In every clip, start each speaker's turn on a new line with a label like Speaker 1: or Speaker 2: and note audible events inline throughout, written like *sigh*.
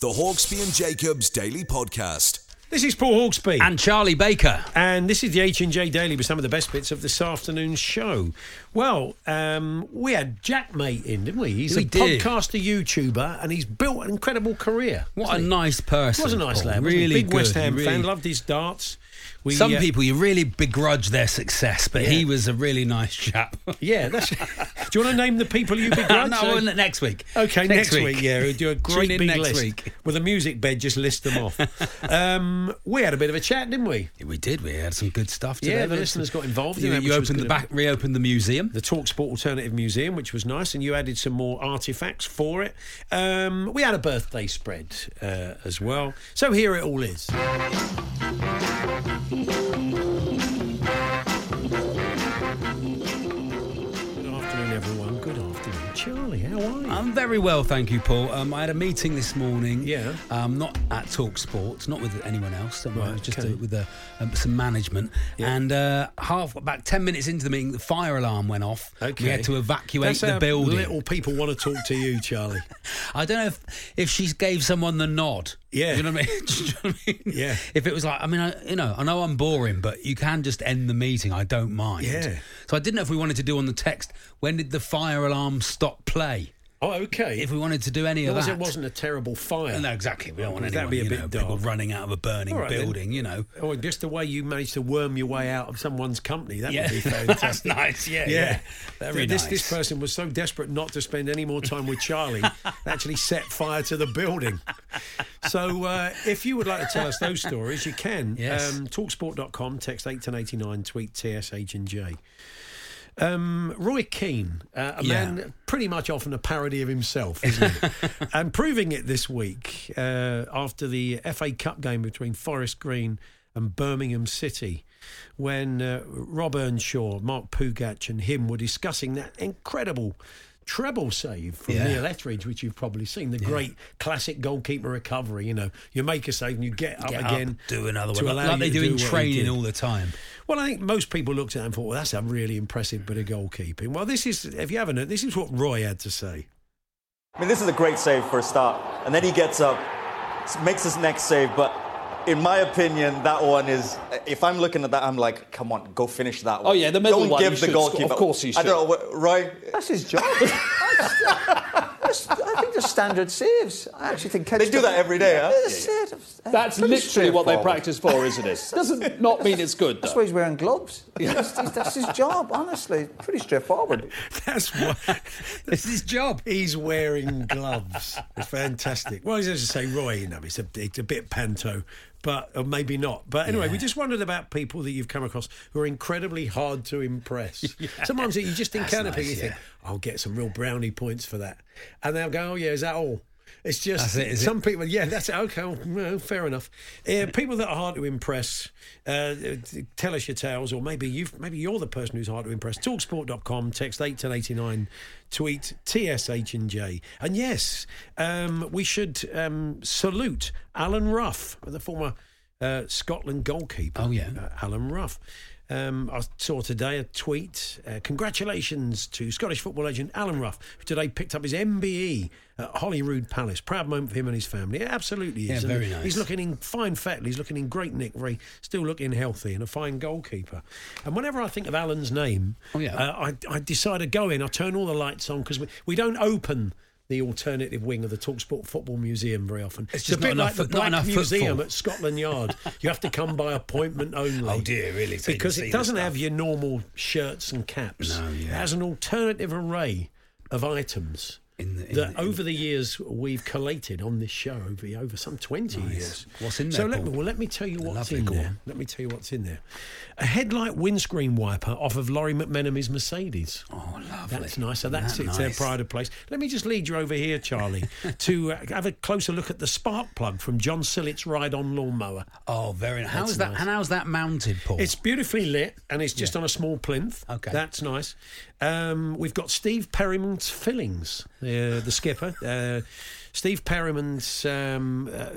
Speaker 1: The Hawksby and Jacobs Daily Podcast.
Speaker 2: This is Paul Hawksby, and,
Speaker 3: and Charlie Baker.
Speaker 2: this is the H and J Daily with some of the best bits of this afternoon's show. Well, um, we had Jack Mate in, didn't we? He's
Speaker 3: We
Speaker 2: a
Speaker 3: did.
Speaker 2: podcaster, YouTuber, and he's built an incredible career.
Speaker 3: What a nice person.
Speaker 2: He was a nice
Speaker 3: Paul.
Speaker 2: lad. wasn't he?
Speaker 3: Really
Speaker 2: big
Speaker 3: good.
Speaker 2: West Ham
Speaker 3: He really-
Speaker 2: fan. Loved his darts. We,
Speaker 3: Some
Speaker 2: uh,
Speaker 3: people you really begrudge their success, but
Speaker 2: Yeah.
Speaker 3: he was a really nice chap.
Speaker 2: Yeah, that's.
Speaker 3: *laughs*
Speaker 2: do you want to name the people *laughs* you
Speaker 3: no,
Speaker 2: begrudge?
Speaker 3: well, next week.
Speaker 2: Okay, next, week. Yeah,
Speaker 3: *laughs*
Speaker 2: we'll do a great
Speaker 3: Tune in
Speaker 2: big
Speaker 3: next
Speaker 2: list
Speaker 3: week.
Speaker 2: with a music bed. Just list them
Speaker 3: *laughs*
Speaker 2: off. um, we had a bit of a chat, didn't we?
Speaker 3: We did. We had some good stuff today.
Speaker 2: Yeah, the
Speaker 3: There's
Speaker 2: listeners
Speaker 3: some-
Speaker 2: got involved in
Speaker 3: You,
Speaker 2: that,
Speaker 3: you
Speaker 2: which was
Speaker 3: opened the
Speaker 2: good.
Speaker 3: back, reopened the museum.
Speaker 2: the Talksport Alternative Museum, which was nice, and you added some more artifacts for it. Um, we had a birthday spread uh, as well. So here it all is. Good afternoon, everyone. Good afternoon, Charlie. How are you?
Speaker 3: I'm very well, thank you, Paul. Um, I had a meeting this morning.
Speaker 2: Yeah.
Speaker 3: Um, not at Talk Sports, not with anyone else. Don't worry,
Speaker 2: Right,
Speaker 3: just
Speaker 2: okay.
Speaker 3: uh, with uh, um, some management. And uh, half about ten minutes into the meeting, the fire alarm went off.
Speaker 2: Okay.
Speaker 3: We had to evacuate
Speaker 2: That's
Speaker 3: the
Speaker 2: how
Speaker 3: building.
Speaker 2: Little people want to talk to
Speaker 3: *laughs*
Speaker 2: you, Charlie.
Speaker 3: I don't know if if she gave someone the nod.
Speaker 2: Yeah.
Speaker 3: you know what I mean. *laughs* Do you know what I mean?
Speaker 2: Yeah.
Speaker 3: If it was like, I mean, I, you know, I know I'm boring, but you can just end the meeting. I don't mind.
Speaker 2: Yeah.
Speaker 3: So I didn't know if we wanted to do on the text. When did the fire alarm stop play?
Speaker 2: Oh, okay.
Speaker 3: If we wanted to do any
Speaker 2: as long
Speaker 3: of
Speaker 2: as
Speaker 3: that,
Speaker 2: it wasn't a terrible fire.
Speaker 3: No, exactly. We don't want
Speaker 2: Because
Speaker 3: anyone,
Speaker 2: that'd be a
Speaker 3: you
Speaker 2: bit
Speaker 3: know, people
Speaker 2: dark.
Speaker 3: running out of a burning
Speaker 2: All right, then.
Speaker 3: building. You know.
Speaker 2: Or Oh, just the way you managed to worm your way out of someone's company. That would
Speaker 3: *laughs*
Speaker 2: be
Speaker 3: that's
Speaker 2: fantastic.
Speaker 3: nice. Yeah, yeah.
Speaker 2: Yeah.
Speaker 3: Very
Speaker 2: this,
Speaker 3: nice.
Speaker 2: this person was so desperate not to spend any more time
Speaker 3: *laughs*
Speaker 2: with Charlie, they actually set fire to the building. So uh, if you would like to tell us those stories, you can.
Speaker 3: Yes.
Speaker 2: Um, Talksport.com, text 81089, tweet TSH and J. Um, Roy Keane, uh, a
Speaker 3: Yeah.
Speaker 2: man pretty much often a parody of himself,
Speaker 3: *laughs*
Speaker 2: isn't he? and proving it this week uh, after the FA Cup game between Forest Green and Birmingham City, when uh, Rob Earnshaw, Mark Pugach, and him were discussing that incredible treble save from
Speaker 3: Yeah.
Speaker 2: Neil Etheridge, which you've probably seen, the great classic goalkeeper recovery. You know, you make a save and you get up
Speaker 3: Get up,
Speaker 2: again,
Speaker 3: do another
Speaker 2: to
Speaker 3: one,
Speaker 2: allow
Speaker 3: like, like
Speaker 2: you
Speaker 3: they
Speaker 2: to
Speaker 3: do in
Speaker 2: what he
Speaker 3: training
Speaker 2: did.
Speaker 3: all the time.
Speaker 2: Well, I think most people looked at it and thought, well, that's a really impressive bit of goalkeeping. Well, this is, if you haven't, heard, this is what Roy had to say. *laughs*
Speaker 4: I mean, this is a great save for a start. And then he gets up, s- makes his next save. But in my opinion, that one is. If I'm looking at that, I'm like, come on, go finish that one.
Speaker 5: Oh, yeah, the middle
Speaker 4: Don't
Speaker 5: one,
Speaker 4: give
Speaker 5: he
Speaker 4: the
Speaker 5: should score.
Speaker 4: goalkeeper.
Speaker 5: Of course he
Speaker 4: I don't know, what- Roy.
Speaker 6: That's his job. That's- *laughs* I think the standard saves. I actually think
Speaker 4: They do that every day, huh?
Speaker 6: That's it.
Speaker 5: That's
Speaker 6: Pretty
Speaker 5: literally what they
Speaker 6: straightforward.
Speaker 5: practice for, isn't it?
Speaker 6: *laughs*
Speaker 5: Doesn't not mean it's good.
Speaker 6: That's
Speaker 5: Though.
Speaker 6: why he's wearing gloves. That's, that's his job, honestly. Pretty straightforward.
Speaker 2: That's what *laughs*
Speaker 3: It's his job.
Speaker 2: he's wearing gloves. It's fantastic. Well, as I say, Roy, you know, it's a, it's a bit panto, but or maybe not. But anyway, we just wondered about people that you've come across who are incredibly hard to impress. Sometimes you just encounter
Speaker 3: nice,
Speaker 2: people, you think, I'll get some real brownie points for that. And they'll go, oh, yeah, is that all? It's just
Speaker 3: That's it, is it?
Speaker 2: some people, yeah, that's it. Okay, well, no, fair enough. Uh, people that are hard to impress, uh, tell us your tales, or maybe you've maybe you're the person who's hard to impress. Talksport.com, text 81089, tweet TSH and J. And yes, um, we should um, salute Alan Ruff, the former uh, Scotland goalkeeper.
Speaker 3: Oh, yeah.
Speaker 2: Uh, Alan Ruff. Um, I saw today a tweet. Uh, congratulations to Scottish football legend Alan Ruff, who today picked up his MBE at Holyrood Palace. Proud moment for him and his family. It absolutely is.
Speaker 3: Yeah,
Speaker 2: And
Speaker 3: very nice.
Speaker 2: He's looking in fine fettle. He's looking in great nick. Ray still looking healthy and a fine goalkeeper. And whenever I think of Alan's name,
Speaker 3: Oh, yeah.
Speaker 2: uh, I, I decide to go in. I turn all the lights on because we, we don't open the alternative wing of the Talksport Football Museum very often.
Speaker 3: It's
Speaker 2: a
Speaker 3: just not
Speaker 2: bit
Speaker 3: enough
Speaker 2: like the
Speaker 3: foot- not
Speaker 2: Black
Speaker 3: enough
Speaker 2: Museum
Speaker 3: footfall.
Speaker 2: at Scotland Yard. you have to come by appointment only.
Speaker 3: Oh, dear, really? So you
Speaker 2: Because
Speaker 3: can see
Speaker 2: it
Speaker 3: the
Speaker 2: doesn't have
Speaker 3: stuff.
Speaker 2: your normal shirts and caps.
Speaker 3: No, yeah.
Speaker 2: It has an alternative array of items.
Speaker 3: In the- in
Speaker 2: that
Speaker 3: the- in
Speaker 2: over the years we've collated on this show over, over some 20 years.
Speaker 3: Oh, What's in
Speaker 2: So
Speaker 3: there,
Speaker 2: let
Speaker 3: Paul?
Speaker 2: me, well, let me tell you what's
Speaker 3: Lovely,
Speaker 2: in
Speaker 3: go
Speaker 2: there.
Speaker 3: on.
Speaker 2: Let me tell you what's in there. A headlight windscreen wiper off of Laurie McMenamy's Mercedes.
Speaker 3: Oh, lovely.
Speaker 2: That's nice. So that's
Speaker 3: Isn't
Speaker 2: it's
Speaker 3: that
Speaker 2: their pride of place. Let me just lead you over
Speaker 3: *laughs*
Speaker 2: here, Charlie, to uh, have a closer look at the spark plug from John Sillett's Ride On Lawnmower.
Speaker 3: Oh, very nice.
Speaker 2: That's
Speaker 3: How's that?
Speaker 2: nice.
Speaker 3: And how's that mounted, Paul?
Speaker 2: It's beautifully lit and it's just on a small plinth.
Speaker 3: Okay.
Speaker 2: That's nice. Um, we've got Steve Perryman's Fillings, uh, the skipper. Uh, Steve Perryman's, um, uh, uh,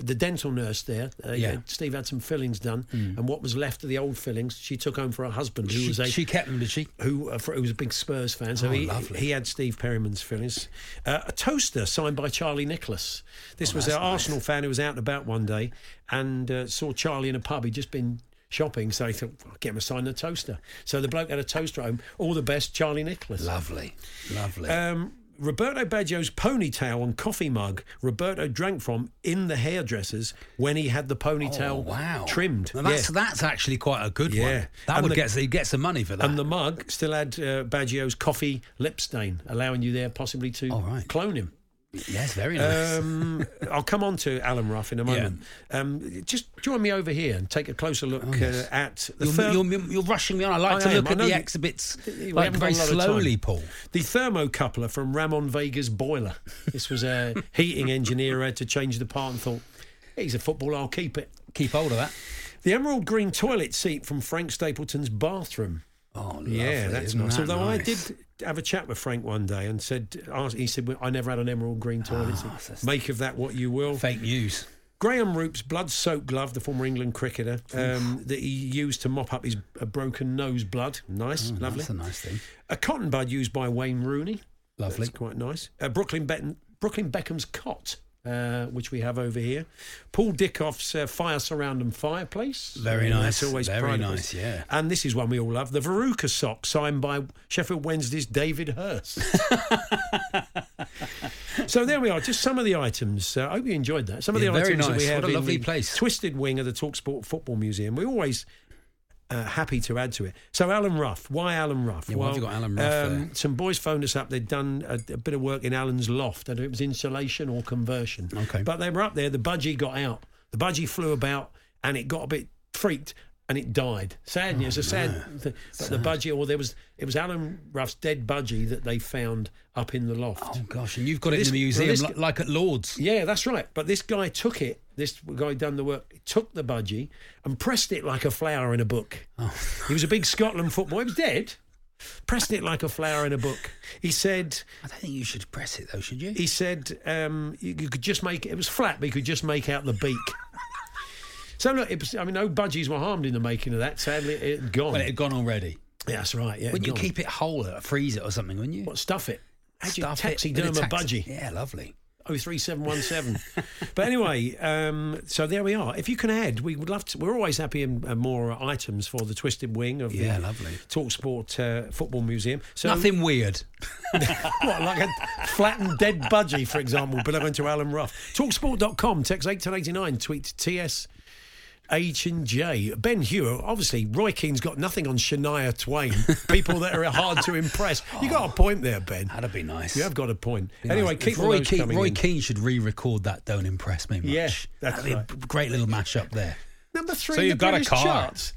Speaker 2: the dental nurse there. Uh,
Speaker 3: Yeah. Hmm.
Speaker 2: Steve had some fillings done and what was left of the old fillings she took home for her husband, who
Speaker 3: she,
Speaker 2: was a
Speaker 3: she kept them, did she?
Speaker 2: who, uh, for, who was a big Spurs fan. So
Speaker 3: Oh,
Speaker 2: he,
Speaker 3: lovely.
Speaker 2: he had Steve Perryman's fillings. Uh, a toaster signed by Charlie Nicholas. This was an
Speaker 3: Oh, that's nice.
Speaker 2: Arsenal fan who was out and about one day and uh, saw Charlie in a pub. He'd just been shopping, so he thought, I'll get him a sign a toaster. So the bloke had a toaster at home. All the best, Charlie Nicholas.
Speaker 3: Lovely, lovely.
Speaker 2: Um, Roberto Baggio's ponytail and coffee mug Roberto drank from in the hairdressers when he had the ponytail
Speaker 3: oh, wow.
Speaker 2: trimmed.
Speaker 3: Now, that's
Speaker 2: Yeah.
Speaker 3: that's actually quite a good
Speaker 2: Yeah.
Speaker 3: one. That
Speaker 2: And
Speaker 3: would
Speaker 2: the-
Speaker 3: get he gets some money for that.
Speaker 2: And the mug still had uh, Baggio's coffee lip stain, allowing you there possibly to
Speaker 3: All right.
Speaker 2: clone him.
Speaker 3: *laughs* yes, very nice.
Speaker 2: Um, I'll come on to Alan Ruff in a moment. Um, just join me over here and take a closer
Speaker 3: Oh,
Speaker 2: look uh, at the
Speaker 3: you're,
Speaker 2: therm-
Speaker 3: you're, you're rushing me on. I like
Speaker 2: I
Speaker 3: to
Speaker 2: am.
Speaker 3: look
Speaker 2: I
Speaker 3: at
Speaker 2: know
Speaker 3: the
Speaker 2: you-
Speaker 3: exhibits
Speaker 2: we
Speaker 3: like
Speaker 2: haven't got
Speaker 3: very
Speaker 2: a lot of time.
Speaker 3: slowly, Paul.
Speaker 2: the thermocoupler from Ramon Vega's boiler. This
Speaker 3: *laughs*
Speaker 2: was a heating engineer who had to change the part and thought, he's a footballer, I'll keep it.
Speaker 3: Keep hold of that.
Speaker 2: The emerald green toilet seat from Frank Stapleton's bathroom.
Speaker 3: Oh, lovely.
Speaker 2: Yeah, that's
Speaker 3: Isn't
Speaker 2: nice.
Speaker 3: that
Speaker 2: Although I
Speaker 3: nice?
Speaker 2: did have a chat with Frank one day and said, asked- he said, "Well, I never had an emerald green
Speaker 3: Ah,
Speaker 2: toilet. seat. Make of that what you will.
Speaker 3: fake news.
Speaker 2: Graham Roop's blood soaked glove, the former England cricketer, um, that he used to mop up his uh, broken nose blood. Nice, lovely.
Speaker 3: Mm, That's a nice thing.
Speaker 2: A cotton bud used by Wayne Rooney.
Speaker 3: Lovely.
Speaker 2: That's quite nice. Uh, Brooklyn, Bet- Brooklyn Beckham's cot. Uh, which we have over here, Paul Dickoff's uh, fire surrounding fireplace.
Speaker 3: Very
Speaker 2: Uh,
Speaker 3: nice, very
Speaker 2: pride of us.
Speaker 3: nice, yeah.
Speaker 2: And this is one we all love: the Veruca sock signed by Sheffield Wednesday's David Hurst. *laughs* so there we are. Just some of the items. Uh, I hope you enjoyed that. Some of
Speaker 3: Yeah,
Speaker 2: the
Speaker 3: very
Speaker 2: items that we
Speaker 3: nice.
Speaker 2: have
Speaker 3: What a
Speaker 2: in
Speaker 3: lovely
Speaker 2: the
Speaker 3: place.
Speaker 2: Twisted wing of the Talksport Football Museum. We're always uh, happy to add to it. So Alan Ruff, why Alan Ruff? um,
Speaker 3: Yeah, why have you got Alan Ruff there?
Speaker 2: Some boys phoned us up. They'd done a, a bit of work in Alan's loft. I don't know if it was insulation or conversion.
Speaker 3: Okay.
Speaker 2: But they were up there. The budgie got out. The budgie flew about, and it got a bit freaked. And it died. Sad news. a
Speaker 3: Oh,
Speaker 2: sad. Thing. But the budgie, or there was, it was Alan Ruff's dead budgie that they found up in the loft.
Speaker 3: Oh gosh, and you've got it
Speaker 2: This-
Speaker 3: in the museum
Speaker 2: this-
Speaker 3: li- like at Lord's.
Speaker 2: Yeah, that's right. But this guy took it. This guy done the work. Took the budgie and pressed it like a flower in a book.
Speaker 3: Oh.
Speaker 2: He was a big Scotland football. He was dead. Pressed it like a flower in a book. He said.
Speaker 3: I don't think you should press it though, should you?
Speaker 2: He said um, you, you could just make it was flat, but you could just make out the beak. so look, it was, I mean, no budgies were harmed in the making of that. Sadly, it had gone.
Speaker 3: Well, it had gone already.
Speaker 2: yeah, that's right. Yeah,
Speaker 3: Wouldn't you
Speaker 2: gone.
Speaker 3: keep it whole, uh, freeze it or something? Wouldn't you?
Speaker 2: what stuff it? How do you
Speaker 3: Stuff it with
Speaker 2: taxiderm a
Speaker 3: taxi-
Speaker 2: budgie?
Speaker 3: Yeah, lovely.
Speaker 2: Oh, 03717. but anyway, um, so there we are. If you can add, we would love to. We're always happy in uh, more items for the Twisted Wing of
Speaker 3: Yeah,
Speaker 2: the
Speaker 3: lovely.
Speaker 2: Talksport uh, Football Museum. So
Speaker 3: Um, Nothing weird.
Speaker 2: *laughs* what, like a flattened dead budgie, for example, belonging to Alan Ruff. Talksport.com, text 81089, tweet TS. H and J. Ben Hewer, obviously, Roy Keane's got nothing on Shania Twain. People that are hard to impress. You got a point there, Ben.
Speaker 3: Oh, That'd be nice.
Speaker 2: You have got a point.
Speaker 3: Be
Speaker 2: Anyway,
Speaker 3: nice.
Speaker 2: keep
Speaker 3: If
Speaker 2: all
Speaker 3: Roy
Speaker 2: those
Speaker 3: Keane.
Speaker 2: coming
Speaker 3: Roy
Speaker 2: in.
Speaker 3: Keane should re-record that. Don't impress me much.
Speaker 2: Yeah, that's
Speaker 3: That'd be
Speaker 2: right.
Speaker 3: a b- great little mashup there.
Speaker 2: Number three.
Speaker 3: So
Speaker 2: in
Speaker 3: you've
Speaker 2: the
Speaker 3: got a
Speaker 2: British
Speaker 3: car.
Speaker 2: *laughs* Charts.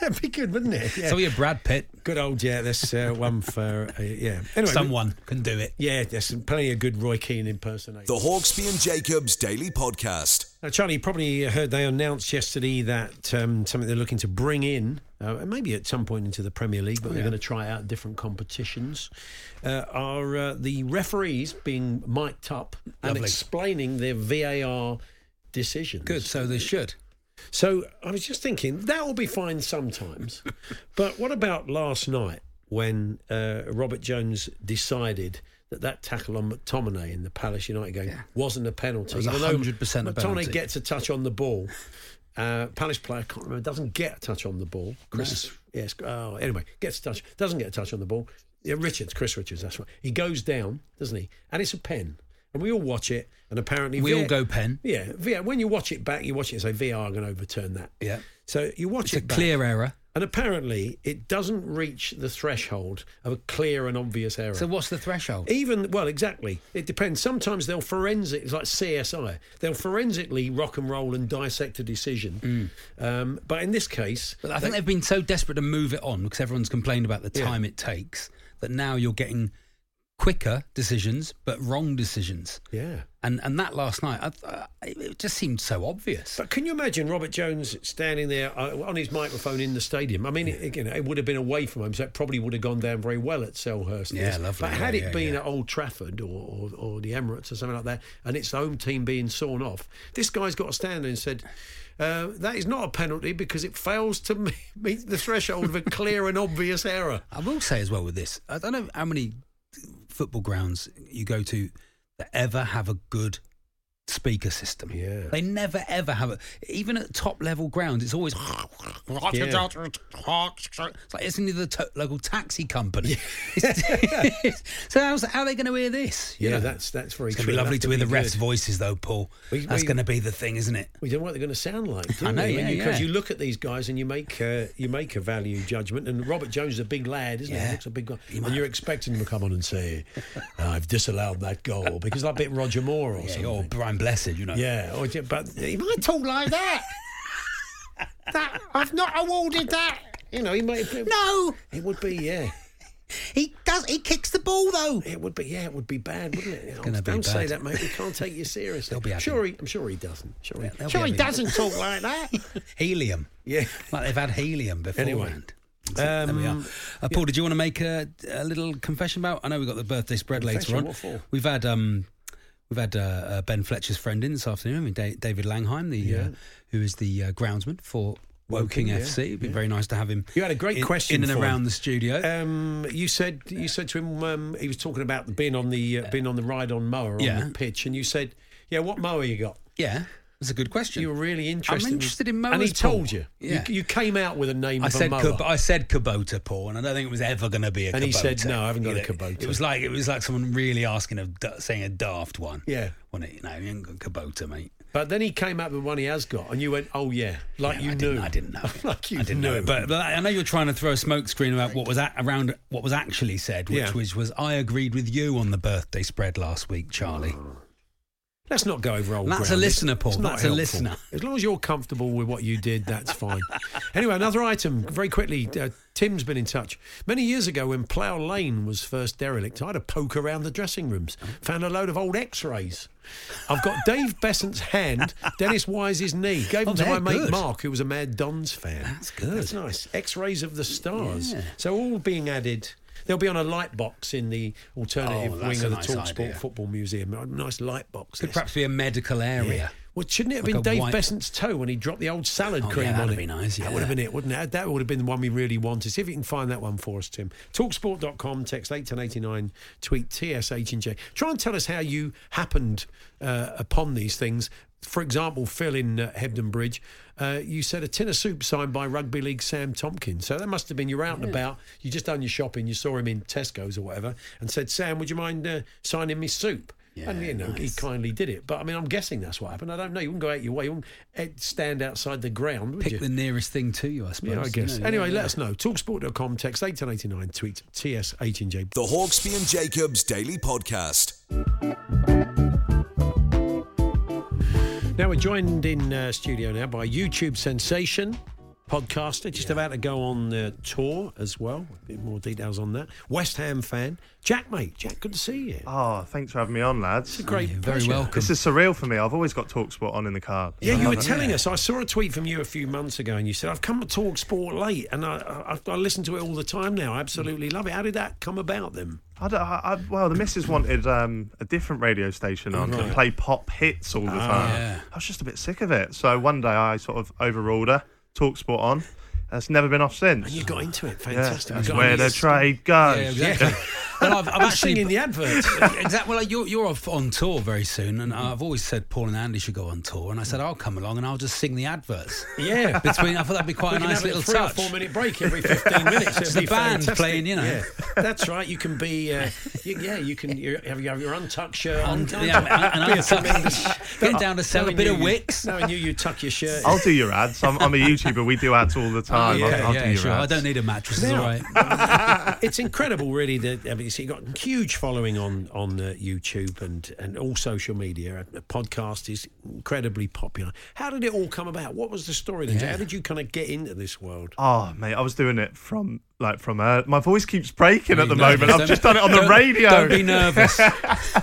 Speaker 2: That'd be good, wouldn't it? Yeah.
Speaker 3: So you're Brad Pitt.
Speaker 2: good old yeah. This uh, one for uh, yeah. Anyway,
Speaker 3: Someone can do it.
Speaker 2: Yeah, there's plenty of good Roy Keane impersonators.
Speaker 1: The Hawksby and Jacobs Daily Podcast.
Speaker 2: Now, Charlie, you probably uh, heard they announced yesterday that um, something they're looking to bring in, uh, and maybe at some point into the Premier League, but they're going to try out different competitions. Uh, are uh, the referees being mic'd up and
Speaker 3: Lovely.
Speaker 2: explaining their VAR decisions?
Speaker 3: Good. So they should.
Speaker 2: So I was just thinking that will be
Speaker 3: *laughs*
Speaker 2: fine sometimes, but what about last night when uh, Robert Jones decided that that tackle on McTominay in the Palace United game wasn't a penalty?
Speaker 3: It was
Speaker 2: Even though
Speaker 3: 100% a penalty.
Speaker 2: McTominay gets a touch on the ball. Uh, Palace player can't remember doesn't get a touch on the ball. Chris, yes. Oh, anyway, gets a touch, doesn't get a touch on the ball. Yeah, Richards, Chris Richards, that's right. He goes down, doesn't he? And it's a pen. And we all watch it, and apparently
Speaker 3: We
Speaker 2: V-
Speaker 3: all go pen.
Speaker 2: Yeah, V- when you watch it back, you watch it and say VR are going to overturn that.
Speaker 3: Yeah.
Speaker 2: So you watch
Speaker 3: It's
Speaker 2: it
Speaker 3: a
Speaker 2: back,
Speaker 3: clear error.
Speaker 2: and apparently it doesn't reach the threshold of a clear and obvious error.
Speaker 3: So what's the threshold?
Speaker 2: Even well, exactly. It depends. Sometimes they'll forensic. It's like CSI. They'll forensically rock and roll and dissect a decision. Um, but in this
Speaker 3: Mm.
Speaker 2: case,
Speaker 3: But I think they've been so desperate to move it on because everyone's complained about the
Speaker 2: Yeah.
Speaker 3: time it takes that now you're getting quicker decisions but wrong decisions.
Speaker 2: yeah.
Speaker 3: And and that last night, I, th- I, it just seemed so obvious.
Speaker 2: But can you imagine Robert Jones standing there uh, on his microphone in the stadium? I mean, it, again, it would have been away from home, so it probably would have gone down very well at Selhurst.
Speaker 3: Yeah, lovely,
Speaker 2: But
Speaker 3: yeah,
Speaker 2: had
Speaker 3: yeah,
Speaker 2: it been
Speaker 3: yeah.
Speaker 2: at Old Trafford or, or, or the Emirates or something like that, and its home team being sawn off, this guy's got to stand there and said, uh, that is not a penalty because it fails to *laughs* me- meet the threshold of a clear and obvious error.
Speaker 3: I will say as well with this, I don't know how many football grounds you go to that ever have a good speaker system.
Speaker 2: Yeah.
Speaker 3: They never ever have it. Even at top level grounds, it's always *laughs* it's like listening to the to- local taxi company. *laughs* It's- so how's, how are they going to hear this? You
Speaker 2: Yeah,
Speaker 3: know?
Speaker 2: that's that's very
Speaker 3: It's going to be
Speaker 2: true. It'll
Speaker 3: lovely
Speaker 2: have
Speaker 3: to hear the
Speaker 2: be
Speaker 3: refs'
Speaker 2: good.
Speaker 3: voices, though, Paul.
Speaker 2: We-
Speaker 3: That's
Speaker 2: we-
Speaker 3: going to be the thing, isn't it?
Speaker 2: We don't know what they're going to sound like.
Speaker 3: *laughs*
Speaker 2: Do
Speaker 3: I know,
Speaker 2: we?
Speaker 3: yeah,
Speaker 2: because
Speaker 3: yeah.
Speaker 2: you look at these guys and you make uh, you make a value judgment. And Robert Jones is a big lad, isn't he? he?
Speaker 3: Yeah.
Speaker 2: Looks a big guy,
Speaker 3: He
Speaker 2: and
Speaker 3: might-
Speaker 2: you're expecting him to come on and say, "Uh, "I've disallowed that goal," because I bit Roger Moore or
Speaker 3: Yeah,
Speaker 2: something.
Speaker 3: or Brian Blessed, you know.
Speaker 2: Yeah, or, ju- but he might talk like that. that I've not awarded that. You know, he might.
Speaker 3: No,
Speaker 2: It would be yeah.
Speaker 3: he does. He kicks the ball though.
Speaker 2: It would be yeah. It would be bad, wouldn't it? Oh,
Speaker 3: gonna be
Speaker 2: don't say
Speaker 3: bad.
Speaker 2: that, mate. We can't take you seriously.
Speaker 3: They'll be happy.
Speaker 2: Sure, he, I'm sure he doesn't. Sure,
Speaker 3: Yeah, they'll be
Speaker 2: he, sure he
Speaker 3: happy.
Speaker 2: doesn't talk like that.
Speaker 3: *laughs* Helium.
Speaker 2: Yeah.
Speaker 3: Like they've had helium beforehand. So there we are.
Speaker 2: Um,
Speaker 3: Uh, Paul, did you want to make a, a little confession about? I know we've got the birthday spread later
Speaker 2: Confession,
Speaker 3: on.
Speaker 2: what for?
Speaker 3: We've had um, we've had uh, uh, Ben Fletcher's friend in this afternoon. I mean, da- David Langheim, the uh, who is the uh, groundsman for Woking,
Speaker 2: Woking, yeah,
Speaker 3: FC. It'd be very nice to have him.
Speaker 2: You had a great
Speaker 3: in,
Speaker 2: question
Speaker 3: in and
Speaker 2: for
Speaker 3: around
Speaker 2: him.
Speaker 3: the studio.
Speaker 2: Um, you said you said to him um, he was talking about being on the uh, being on the ride on mower
Speaker 3: Yeah.
Speaker 2: on the pitch, and you said, "Yeah, what mower you got?"
Speaker 3: yeah, that's a good question.
Speaker 2: You were really interested.
Speaker 3: I'm interested in mowers.
Speaker 2: and he
Speaker 3: Paul.
Speaker 2: told you.
Speaker 3: Yeah.
Speaker 2: you. You came out with a name.
Speaker 3: I
Speaker 2: of
Speaker 3: said
Speaker 2: a mower.
Speaker 3: Kub- I said Kubota, Paul, and I don't think it was ever going to be a.
Speaker 2: And
Speaker 3: Kubota.
Speaker 2: he said, "No, I haven't got a
Speaker 3: You know,
Speaker 2: Kubota."
Speaker 3: It was like it was like someone really asking a da- saying a daft one.
Speaker 2: Yeah.
Speaker 3: wasn't it? You know, you ain't got a Kubota, mate.
Speaker 2: but then he came out with one he has got, and you went, "Oh yeah," like
Speaker 3: Yeah,
Speaker 2: you
Speaker 3: I
Speaker 2: knew.
Speaker 3: Didn't, I
Speaker 2: *laughs*
Speaker 3: didn't know.
Speaker 2: like you
Speaker 3: I didn't
Speaker 2: knew.
Speaker 3: know. it, But, but I know you're trying to throw a smokescreen about what was at, around what was actually said, which
Speaker 2: Yeah.
Speaker 3: was, was I agreed with you on the birthday spread last week, Charlie.
Speaker 2: Oh. Let's not go over old.
Speaker 3: That's a
Speaker 2: ground.
Speaker 3: listener, Paul.
Speaker 2: not
Speaker 3: That's a
Speaker 2: helpful.
Speaker 3: listener.
Speaker 2: As long as you're comfortable with what you did,
Speaker 3: *laughs*
Speaker 2: that's fine. anyway, another item very quickly. Uh, Tim's been in touch many years ago when Plough Lane was first derelict. I had a poke around the dressing rooms, found a load of old X-rays. I've got Dave Besant's hand, Dennis Wise's knee. Gave them
Speaker 3: Oh,
Speaker 2: to my
Speaker 3: they're
Speaker 2: mate
Speaker 3: good.
Speaker 2: Mark, who was a Mad Dons fan.
Speaker 3: That's good.
Speaker 2: That's nice. X-rays of the stars.
Speaker 3: Yeah.
Speaker 2: So all being added. They'll be on a light box in the alternative
Speaker 3: Oh, that's
Speaker 2: wing
Speaker 3: a
Speaker 2: of the
Speaker 3: nice
Speaker 2: Talksport
Speaker 3: idea.
Speaker 2: Football Museum. A nice light box.
Speaker 3: Could
Speaker 2: Let's-
Speaker 3: perhaps be a medical area.
Speaker 2: well, shouldn't it have
Speaker 3: Like
Speaker 2: been
Speaker 3: a
Speaker 2: Dave
Speaker 3: white-
Speaker 2: Besant's toe when he dropped the old salad
Speaker 3: Oh,
Speaker 2: cream
Speaker 3: yeah,
Speaker 2: on
Speaker 3: that'd
Speaker 2: it?
Speaker 3: be nice,
Speaker 2: That
Speaker 3: yeah.
Speaker 2: would have been it, wouldn't it? That would have been the one we really wanted. See if you can find that one for us, Tim. Talksport.com, text 81089, tweet TSH and J. Try and tell us how you happened uh, upon these things. For example, Phil in uh, Hebden Bridge, uh, you said a tin of soup signed by Rugby League Sam Tompkins. So that must have been you're out and about, you just done your shopping, you saw him in Tesco's or whatever, and said, Sam, would you mind uh, signing me soup? and you know, he kindly did it. But I mean, I'm guessing that's what happened. I don't know. You wouldn't go out your way. You wouldn't eh, stand outside the ground, would
Speaker 3: Pick
Speaker 2: you?
Speaker 3: the nearest thing to you, I suppose.
Speaker 2: yeah, I
Speaker 3: you
Speaker 2: guess.
Speaker 3: know,
Speaker 2: anyway,
Speaker 3: yeah,
Speaker 2: let
Speaker 3: yeah.
Speaker 2: us know. Talksport.com, text 81089, tweet TS18J.
Speaker 1: The Hawksby and Jacobs Daily Podcast.
Speaker 2: Now we're joined in uh, studio now by YouTube sensation podcaster, just about to go on uh, tour as well. A bit more details on that. West Ham fan, Jack, mate. Jack, good to see you.
Speaker 7: Oh, thanks for having me on, lads.
Speaker 2: Great,
Speaker 3: You're very
Speaker 2: pleasure.
Speaker 3: welcome.
Speaker 7: This is surreal for me. I've always got Talksport on in the car.
Speaker 2: Yeah, you were
Speaker 3: that.
Speaker 2: telling
Speaker 3: Yeah.
Speaker 2: us. I saw a tweet from you a few months ago, and you said, "I've come to talk sport late, and I, I, I listen to it all the time now. I absolutely love it." How did that come about? Then
Speaker 7: I don't, I, I, well, the missus wanted um, a different radio station on to play pop hits all the
Speaker 2: uh,
Speaker 7: time.
Speaker 3: Ah, yeah.
Speaker 7: I was just a bit sick of it. So one day I sort of overruled her, Talksport on. That's never been off since.
Speaker 2: And you got into it.
Speaker 7: Yeah,
Speaker 2: Fantastic.
Speaker 7: that's
Speaker 2: You got
Speaker 7: where
Speaker 2: into
Speaker 7: the
Speaker 2: it.
Speaker 7: trade
Speaker 3: Yeah,
Speaker 7: goes.
Speaker 3: exactly. Well, I've, I've
Speaker 2: I'm
Speaker 3: actually
Speaker 2: singing the advert.
Speaker 3: *laughs* exactly. Well, you're you're off on tour very soon, and I've always said Paul and Andy should go on tour, and I said I'll come along and I'll just sing the adverts.
Speaker 2: Yeah.
Speaker 3: between I thought that'd be quite a
Speaker 2: we can
Speaker 3: nice
Speaker 2: have
Speaker 3: little
Speaker 2: a three
Speaker 3: touch.
Speaker 2: or four minute break
Speaker 3: *laughs*
Speaker 2: every 15 minutes.
Speaker 3: Just
Speaker 2: It'd
Speaker 3: the
Speaker 2: be
Speaker 3: band
Speaker 2: fantastic.
Speaker 3: playing, you know.
Speaker 2: Yeah, that's right. You can be, uh, you, yeah, you can you have, you have your untucked shirt on.
Speaker 3: And- yeah, and- and
Speaker 2: Be a
Speaker 3: untucked-
Speaker 2: tremendous-
Speaker 3: *laughs* Get down to sell a
Speaker 2: Knowing
Speaker 3: bit
Speaker 2: you-
Speaker 3: of wicks.
Speaker 2: Knowing you, you tuck your shirt. *laughs*
Speaker 7: I'll do your ads. I'm, I'm a YouTuber. We do
Speaker 3: *laughs*
Speaker 7: ads all the time.
Speaker 2: yeah,
Speaker 7: I'll, I'll do
Speaker 3: Oh, yeah,
Speaker 7: your
Speaker 3: sure.
Speaker 7: ads.
Speaker 3: I don't need a mattress. It's
Speaker 2: Now,
Speaker 3: all right.
Speaker 2: *laughs* it's incredible, really. That I mean, you see, you've got a huge following on on uh, YouTube and and all social media. A podcast is incredibly popular. How did it all come about? What was the story? then? How did you kind of get into this world?
Speaker 7: Oh mate, I was doing it from like from uh, my voice keeps breaking at
Speaker 3: Oh,
Speaker 7: the
Speaker 3: You know,
Speaker 7: moment. I've
Speaker 3: don't-
Speaker 7: just done it on the
Speaker 3: *laughs* don't-
Speaker 7: radio.
Speaker 3: Don't be nervous.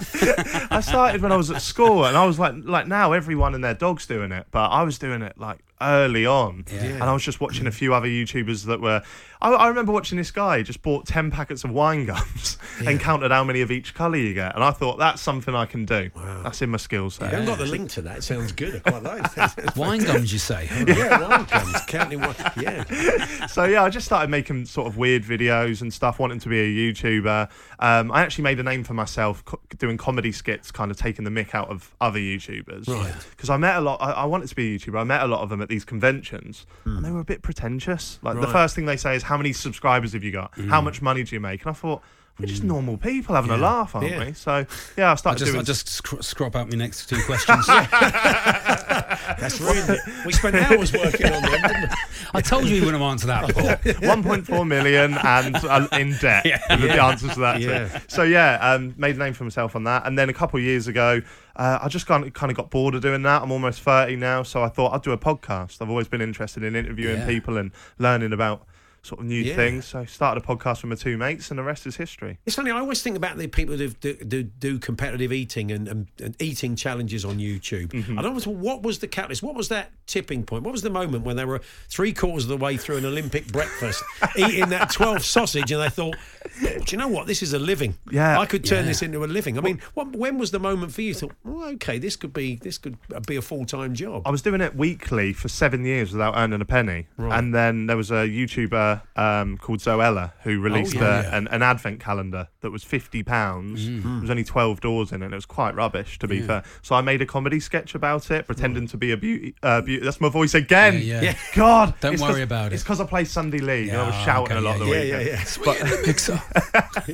Speaker 7: I started when I was at school, and I was like, like now everyone and their dog's doing it, but I was doing it like early on, and I was just watching a few other YouTubers that were. I, I remember watching this guy just bought ten packets of wine gums *laughs* and counted how many of each colour you get, and I thought that's something I can do. That's in my skill set.
Speaker 2: I haven't got the link to that. It sounds good. I quite like
Speaker 7: *laughs*
Speaker 2: that.
Speaker 3: Wine gums, you say?
Speaker 2: yeah, wine comes counting wine. Yeah,
Speaker 7: *laughs* so yeah, I just started making sort of weird videos and stuff, wanting to be a YouTuber. Um, I actually made a name for myself co- doing comedy skits, kind of taking the mick out of other YouTubers. Right. Because I met a lot. I, I wanted to be a YouTuber. I met a lot of them at these conventions, and they were a bit pretentious. Like the first thing they say is, "How many subscribers have you got? How much money do you make?" And I thought. We're just normal people having a laugh, aren't
Speaker 2: Yeah.
Speaker 7: we? So yeah, I
Speaker 3: I
Speaker 7: started
Speaker 3: just, I
Speaker 7: doing.
Speaker 3: just scr- scrop out my next two questions.
Speaker 2: that's ruined it. We spent hours working on them. Didn't we?
Speaker 3: I told you he wouldn't answer that, Paul.
Speaker 7: *laughs* 1.4 million and uh, in debt. Yeah. The answers to that. too.
Speaker 2: Yeah.
Speaker 7: So yeah, um, made a name for myself on that, and then a couple of years ago, uh, I just kind of, kind of got bored of doing that. I'm almost 30 now, so I thought I'd do a podcast. I've always been interested in interviewing
Speaker 3: Yeah.
Speaker 7: people and learning about sort of new
Speaker 2: Yeah.
Speaker 7: things. So I started a podcast with my two mates, and the rest is history.
Speaker 2: It's funny. I always think about the people who do, do, do competitive eating and, and, and eating challenges on YouTube.
Speaker 7: Mm-hmm.
Speaker 2: And I always, what was the catalyst? What was that tipping point? What was the moment when they were three quarters of the way through an Olympic
Speaker 7: *laughs*
Speaker 2: breakfast, eating that twelve sausage, and they thought, "Do you know what? This is a living.
Speaker 7: Yeah.
Speaker 2: I could turn this into a living." I mean, what, when was the moment for you? to Thought, well, okay, this could be this could be a full time job.
Speaker 7: I was doing it weekly for seven years without earning a penny. And then there was a YouTuber um, called Zoella
Speaker 3: Oh,
Speaker 7: who released
Speaker 2: yeah.
Speaker 7: a, An, an advent calendar that was £50.
Speaker 3: Mm-hmm.
Speaker 7: There was only 12 doors in it. And it was quite rubbish, to be fair. So I made a comedy sketch about it, pretending to be a beauty. Uh, beauty. That's my voice again.
Speaker 3: Yeah, yeah.
Speaker 7: God.
Speaker 3: Don't
Speaker 7: it's
Speaker 3: worry
Speaker 7: 'cause-
Speaker 3: about it.
Speaker 7: It's because I play Sunday League and I was
Speaker 3: Yeah,
Speaker 7: shouting
Speaker 3: okay,
Speaker 7: a lot
Speaker 3: yeah,
Speaker 7: of the
Speaker 3: yeah, *laughs*
Speaker 7: weekend.
Speaker 3: Sweet in the mixer.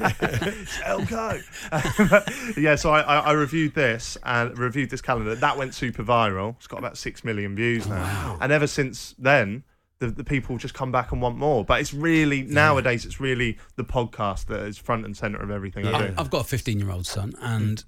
Speaker 7: Elko. *laughs* yeah, so I, I, I reviewed this and reviewed this calendar. That went super viral. It's got about six million views now. And ever since then, the, the people just come back and want more. But it's really nowadays, it's really the podcast that is front and center of everything I do.
Speaker 3: I've got a 15 year old son, and